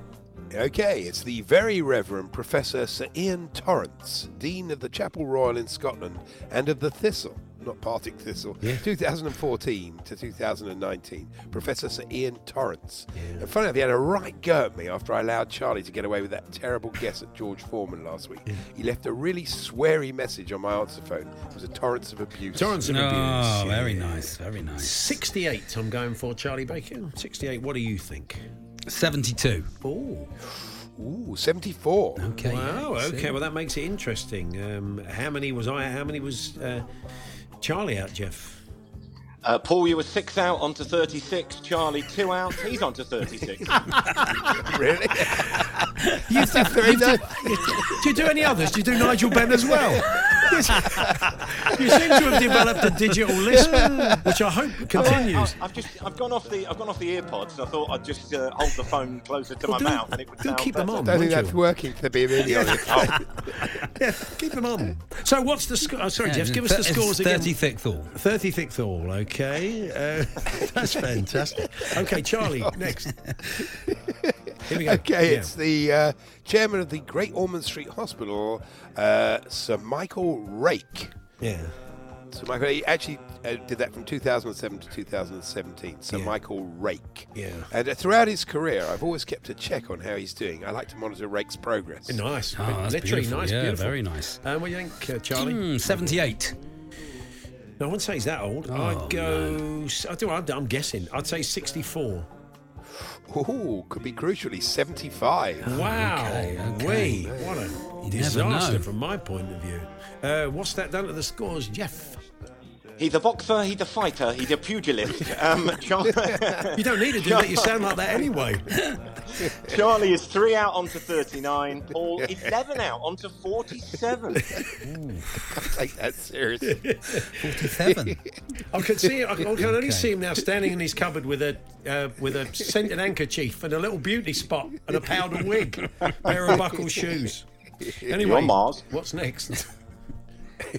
Speaker 10: Okay, it's the Very Reverend Professor Sir Ian Torrance, Dean of the Chapel Royal in Scotland and of the Thistle, not Partick Thistle, 2014 to 2019. Professor Sir Ian Torrance. And funny enough, he had a right go at me after I allowed Charlie to get away with that terrible guess at George Foreman last week. He left a really sweary message on my answer phone. It was a torrent of abuse.
Speaker 2: Torrance of
Speaker 3: Oh,
Speaker 2: abuse.
Speaker 3: very nice. Very nice.
Speaker 2: 68, I'm going for Charlie Baker. 68, what do you think?
Speaker 3: 72.
Speaker 2: Oh.
Speaker 10: Ooh, 74.
Speaker 3: Okay.
Speaker 2: Wow.
Speaker 3: yeah,
Speaker 2: Okay.
Speaker 3: see.
Speaker 2: Well, that makes it interesting. Um, how many was I? How many was uh, Charlie out, Jeff?
Speaker 11: Uh, Paul, you were six out onto 36. Charlie, two out. He's
Speaker 10: *laughs*
Speaker 11: onto 36.
Speaker 10: really?
Speaker 2: *laughs* You do you do any others? Do you do Nigel Benn as well? Yes. you seem to have developed a digital list, which I hope continues.
Speaker 11: I, have just I've gone off the I've gone off the earpods and I thought I'd just uh, hold the phone closer to my mouth and it would sound better.
Speaker 10: I don't think that's working, to be really honest.
Speaker 2: *laughs* Yeah, keep them on. So, what's the score? Oh, sorry,
Speaker 3: Yeah,
Speaker 2: Jeff. Give us the
Speaker 3: it's
Speaker 2: scores
Speaker 3: 30
Speaker 2: again.
Speaker 3: thick all.
Speaker 2: 30 thick all, okay. Uh, *laughs* that's fantastic. Okay,
Speaker 10: *laughs*
Speaker 2: Charlie, next. Here we go.
Speaker 10: *laughs* Okay,
Speaker 2: Yeah.
Speaker 10: it's the uh, chairman of the Great Ormond Street Hospital, uh, Sir Michael Rake.
Speaker 2: Yeah.
Speaker 10: Sir Michael, he actually uh, did that from 2007 to 2017. Sir
Speaker 2: Yeah.
Speaker 10: Michael Rake.
Speaker 2: Yeah.
Speaker 10: And uh, throughout his career, I've always kept a check on how he's doing. I like to monitor Rake's progress.
Speaker 2: Nice.
Speaker 3: Oh, that's
Speaker 2: Literally
Speaker 3: beautiful.
Speaker 2: nice.
Speaker 3: Yeah,
Speaker 2: beautiful.
Speaker 3: very nice.
Speaker 2: Um, what do you think, uh, Charlie?
Speaker 3: Mm, 78.
Speaker 2: No, I wouldn't say he's that
Speaker 3: Oh,
Speaker 2: old. I'd go. s- I do. I'm, I'm guessing. I'd say 64.
Speaker 10: Ooh, could be crucially 75.
Speaker 2: Wow.
Speaker 10: okay,
Speaker 2: Wee.
Speaker 10: okay.
Speaker 2: What a
Speaker 3: You never
Speaker 2: disaster
Speaker 3: know.
Speaker 2: from my point of view. Uh, what's that done to the scores, Jeff?
Speaker 11: He's a boxer. He's a fighter. He's a pugilist. *laughs* Um, Charlie,
Speaker 2: You don't need to do that. You sound like that
Speaker 10: *laughs*
Speaker 2: anyway.
Speaker 11: Charlie is three out onto 39. Paul, 11 out onto 47.
Speaker 10: Take that seriously.
Speaker 2: *laughs*
Speaker 3: 47.
Speaker 2: I can see.
Speaker 11: *laughs*
Speaker 2: I can, I can only see him now standing in his cupboard with a uh, with a scented handkerchief and a little beauty spot and a powder wig, pair of
Speaker 11: *laughs*
Speaker 2: buckle shoes. Anyway,
Speaker 11: You're Mars.
Speaker 2: What's next? *laughs*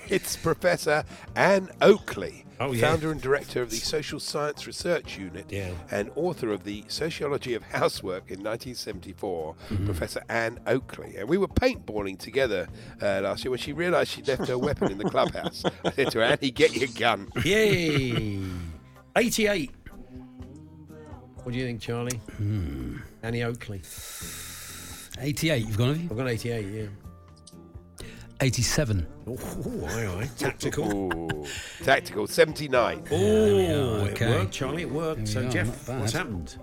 Speaker 10: It's Professor Anne Oakley,
Speaker 2: Oh, yeah.
Speaker 10: founder and director of the Social Science Research Unit
Speaker 2: Yeah.
Speaker 10: and author of The Sociology of Housework in 1974, Professor Anne Oakley. And we were paintballing together uh, last year when she realised she'd left her weapon in the clubhouse. I said to her, Annie, get your gun.
Speaker 2: Yay! 88. What do you think, Charlie?
Speaker 11: Hmm.
Speaker 2: Annie Oakley.
Speaker 3: 88, you've gone, have you?
Speaker 2: I've got 88, yeah.
Speaker 3: 87.
Speaker 2: Oh, aye, aye. Tactical.
Speaker 10: Ooh, tactical 79.
Speaker 2: Oh,
Speaker 3: okay.
Speaker 2: it worked, Charlie. It worked.
Speaker 11: There
Speaker 2: so,
Speaker 11: we are,
Speaker 2: Jeff,
Speaker 11: not bad.
Speaker 2: what's happened?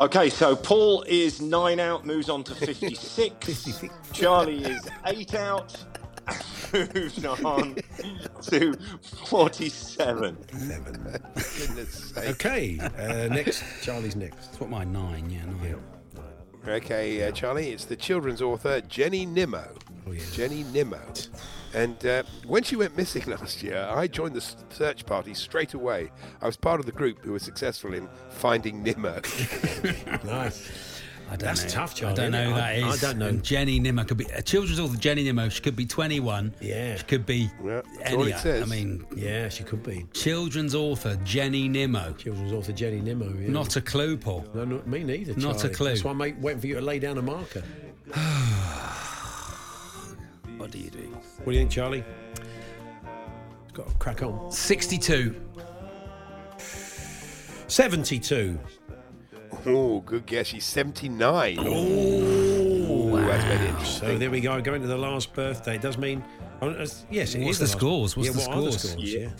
Speaker 11: Okay, so Paul is nine out, moves on
Speaker 2: *laughs*
Speaker 11: to 56. Charlie is eight out, *laughs* moves on to 47.
Speaker 2: Okay. Uh, next, Charlie's next.
Speaker 3: That's what my nine, yeah, nine.
Speaker 10: Okay, uh, Charlie, it's the children's author Jenny Nimmo. Jenny Nimmo. And uh, when she went missing *laughs* last year, I joined the s- search party straight away. I was part of the group who were successful in finding Nimmo.
Speaker 2: nice.
Speaker 3: I don't
Speaker 2: That's
Speaker 3: know.
Speaker 2: tough,
Speaker 3: I
Speaker 2: Charlie,
Speaker 3: don't know
Speaker 2: isn't
Speaker 3: who
Speaker 2: it?
Speaker 3: that
Speaker 2: I- I
Speaker 3: is.
Speaker 2: don't know.
Speaker 3: And Jenny Nimmo could be a children's author. Jenny Nimmo. She could be 21. Yeah. She could be
Speaker 2: that's
Speaker 3: any.
Speaker 2: all it says.
Speaker 3: I mean,
Speaker 2: yeah, she could be.
Speaker 3: Children's author Jenny Nimmo.
Speaker 2: Children's author Jenny Nimmo. yeah.
Speaker 3: Not a clue, Paul.
Speaker 2: No, not me neither.
Speaker 3: Not a
Speaker 2: Charlie.
Speaker 3: clue.
Speaker 2: That's why I'm ma- waiting for you to lay down a marker.
Speaker 3: *sighs* what do you do?
Speaker 2: What do you think, Charlie? Got to crack on.
Speaker 3: 62.
Speaker 2: 72.
Speaker 10: Oh, good guess. She's 79.
Speaker 2: Oh,
Speaker 10: that's very
Speaker 2: So there we go. Going to the last birthday. It does mean. oh, it's- Yes, it is
Speaker 11: What's the
Speaker 2: last-
Speaker 11: scores? What's
Speaker 2: yeah,
Speaker 11: the
Speaker 2: what are the
Speaker 11: scores?
Speaker 2: scores?
Speaker 11: Yeah.
Speaker 2: Yeah.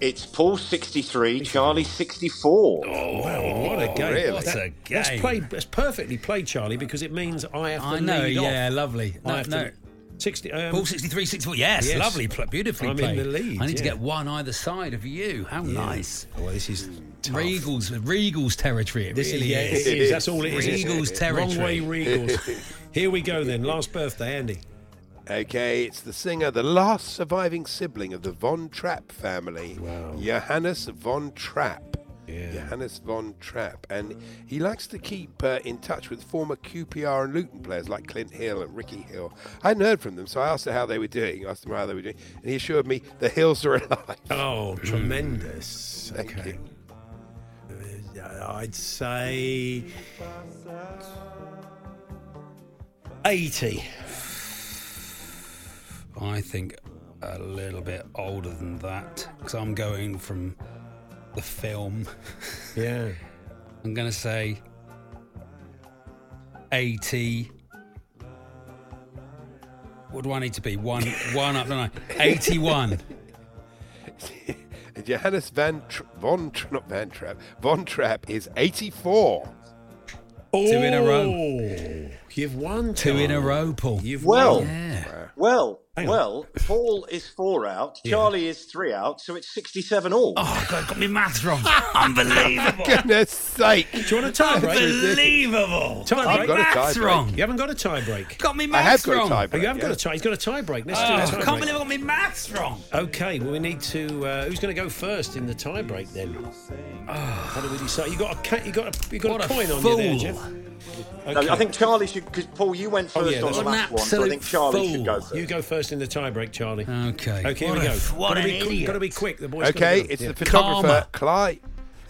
Speaker 11: It's Paul 63, Charlie 64.
Speaker 2: Oh, wow, what a game.
Speaker 11: Really?
Speaker 2: That- That's, played, that's perfectly played, Charlie, because it means I have to
Speaker 3: I know,
Speaker 2: lead off.
Speaker 3: yeah, lovely.
Speaker 2: I
Speaker 3: No,
Speaker 2: have
Speaker 3: no.
Speaker 2: To, 60, um,
Speaker 3: Paul 63, 64. Yes,
Speaker 2: Yes.
Speaker 3: lovely. pl- Beautifully
Speaker 2: I'm in
Speaker 3: played.
Speaker 2: the lead,
Speaker 3: I need to
Speaker 2: yeah.
Speaker 3: get one either side of you. How nice.
Speaker 2: Well, Oh, this is
Speaker 3: Regal's, Regal's territory. It
Speaker 2: This is,
Speaker 3: really
Speaker 2: yeah,
Speaker 3: is.
Speaker 2: it is. That's all it is. It's
Speaker 3: Regal's territory.
Speaker 2: Wrong way, Regals.
Speaker 3: *laughs*
Speaker 2: Here we go then. Last birthday, Andy.
Speaker 10: Okay, it's the singer, the last surviving sibling of the Von Trapp family. Wow. Johannes Von Trapp. Yeah. Johannes Von Trapp. And he likes to keep uh, in touch with former QPR and Luton players like Clint Hill and Ricky Hill. I hadn't heard from them, so I asked her how they were doing. asked them how they were doing. And he assured me the Hills are *laughs* alive.
Speaker 2: Oh, tremendous. okay. Uh, I'd say 80.
Speaker 3: I think a little bit older than that because I'm going from the film.
Speaker 2: Yeah.
Speaker 3: I'm going to say 80. What do I need to be? One, one up, don't I? 81.
Speaker 10: And Johannes Van Tr- Von Tr- not Van Trapp. Von Trapp is 84.
Speaker 2: Two
Speaker 3: in a row.
Speaker 2: Oh, You've won.
Speaker 3: Two in a
Speaker 2: Tom.
Speaker 3: row, Paul. You've
Speaker 11: Well, well,
Speaker 2: Hang on.
Speaker 11: well, Paul is four out, Charlie is three out, so it's 67 all.
Speaker 3: Oh, God, got me maths wrong. *laughs* Unbelievable.
Speaker 10: *laughs* Goodness sake.
Speaker 2: Do you want a tie break?
Speaker 3: Unbelievable.
Speaker 2: Tie
Speaker 3: I've
Speaker 2: break?
Speaker 3: got a tie
Speaker 2: Maths
Speaker 3: break.
Speaker 2: wrong. You haven't got a tie break.
Speaker 3: Got me
Speaker 2: I
Speaker 3: maths
Speaker 2: have got
Speaker 3: wrong.
Speaker 2: a tie break. You have got a tie. He's got a tie break. Let's do
Speaker 3: Oh,
Speaker 2: a tie
Speaker 3: I
Speaker 2: break.
Speaker 3: can't believe I got me maths wrong.
Speaker 2: Okay, well, we need to. Uh, who's going to go first in the tie break then?
Speaker 3: Ah.
Speaker 2: How do we decide? You got a ca- you got a, you got
Speaker 11: What
Speaker 2: a
Speaker 11: a
Speaker 2: coin on
Speaker 11: fool.
Speaker 2: you there, Jeff.
Speaker 11: No, I think Charlie should, because Paul, you went first
Speaker 2: Oh, yeah,
Speaker 11: on
Speaker 2: that's
Speaker 11: the
Speaker 2: right.
Speaker 11: last one, so I think Charlie should go first.
Speaker 2: You go first in the tie break, Charlie.
Speaker 3: Okay.
Speaker 2: Okay, here
Speaker 10: What
Speaker 2: we
Speaker 10: a
Speaker 2: go.
Speaker 10: f- what
Speaker 2: gotta
Speaker 10: an
Speaker 2: be quick,
Speaker 10: idiot.
Speaker 2: Gotta be quick. The boys.
Speaker 10: okay,
Speaker 2: gotta go.
Speaker 10: it's
Speaker 2: Yeah.
Speaker 10: the photographer Clive,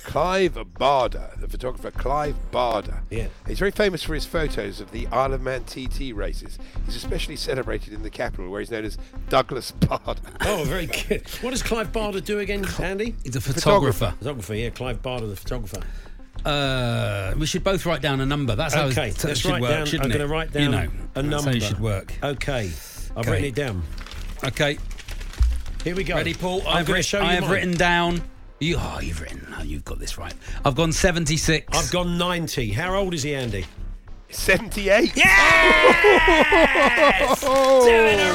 Speaker 10: Clive Barder. The photographer Clive Barder.
Speaker 2: Yeah.
Speaker 10: He's very famous for his photos of the Isle of Man TT races. He's especially celebrated in the capital, where he's known as Douglas Barder.
Speaker 2: Oh, very good. What does Clive Barder do again, Andy?
Speaker 3: He's a photographer.
Speaker 2: Photographer, yeah. Clive Barder, the photographer.
Speaker 3: Uh, we should both write down a number. That's how
Speaker 2: okay,
Speaker 3: it
Speaker 2: let's
Speaker 3: Oh, should
Speaker 2: write
Speaker 3: work,
Speaker 2: down.
Speaker 3: shouldn't
Speaker 2: I'm
Speaker 3: it?
Speaker 2: going to write down
Speaker 3: you know,
Speaker 2: a number.
Speaker 3: That's how it should work.
Speaker 2: Okay, I've
Speaker 3: Okay.
Speaker 2: written it down.
Speaker 3: Okay.
Speaker 2: Here we go.
Speaker 3: Ready, Paul?
Speaker 2: I'm
Speaker 3: I've,
Speaker 2: going
Speaker 3: writ-
Speaker 2: to show you.
Speaker 3: I have
Speaker 2: mine.
Speaker 3: written down. You, oh, you've written. Oh, you've got this right. I've gone 76.
Speaker 2: I've gone 90. How old is he, Andy?
Speaker 10: 78.
Speaker 3: Yes!
Speaker 10: Two
Speaker 3: in a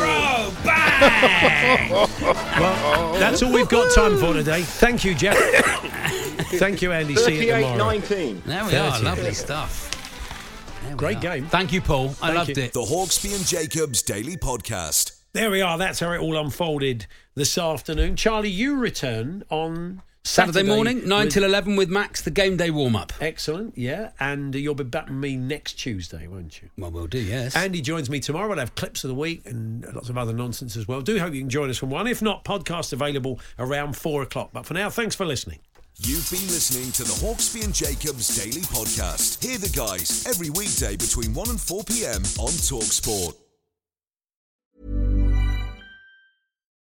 Speaker 2: *laughs*
Speaker 3: row! Bang!
Speaker 2: Well, that's all we've got time for today. Thank you, *coughs* Jeff. Thank you, Andy. See you tomorrow.
Speaker 11: 19.
Speaker 3: there we are.
Speaker 2: 30.
Speaker 3: Lovely stuff. There we
Speaker 2: Great
Speaker 3: are.
Speaker 2: game.
Speaker 3: Thank you, Paul. I loved it.
Speaker 1: The Hawksby and Jacobs Daily Podcast.
Speaker 2: There we are. That's how it all unfolded this afternoon. Charlie, you return on
Speaker 3: Saturday,
Speaker 2: Saturday,
Speaker 3: morning, 9
Speaker 2: with-
Speaker 3: till 11 with Max, the game day warm up.
Speaker 2: Excellent, yeah. And you'll be back with me next Tuesday, won't you?
Speaker 3: Well, we'll do, yes.
Speaker 2: Andy joins me tomorrow. We'll have clips of the week and lots of other nonsense as well. Do hope you can join us from one. If not, podcast available around four o'clock. But for now, thanks for listening.
Speaker 1: You've been listening to the Hawksby and Jacobs Daily Podcast. Hear the guys every weekday between 1 and 4 p.m. on Talksport.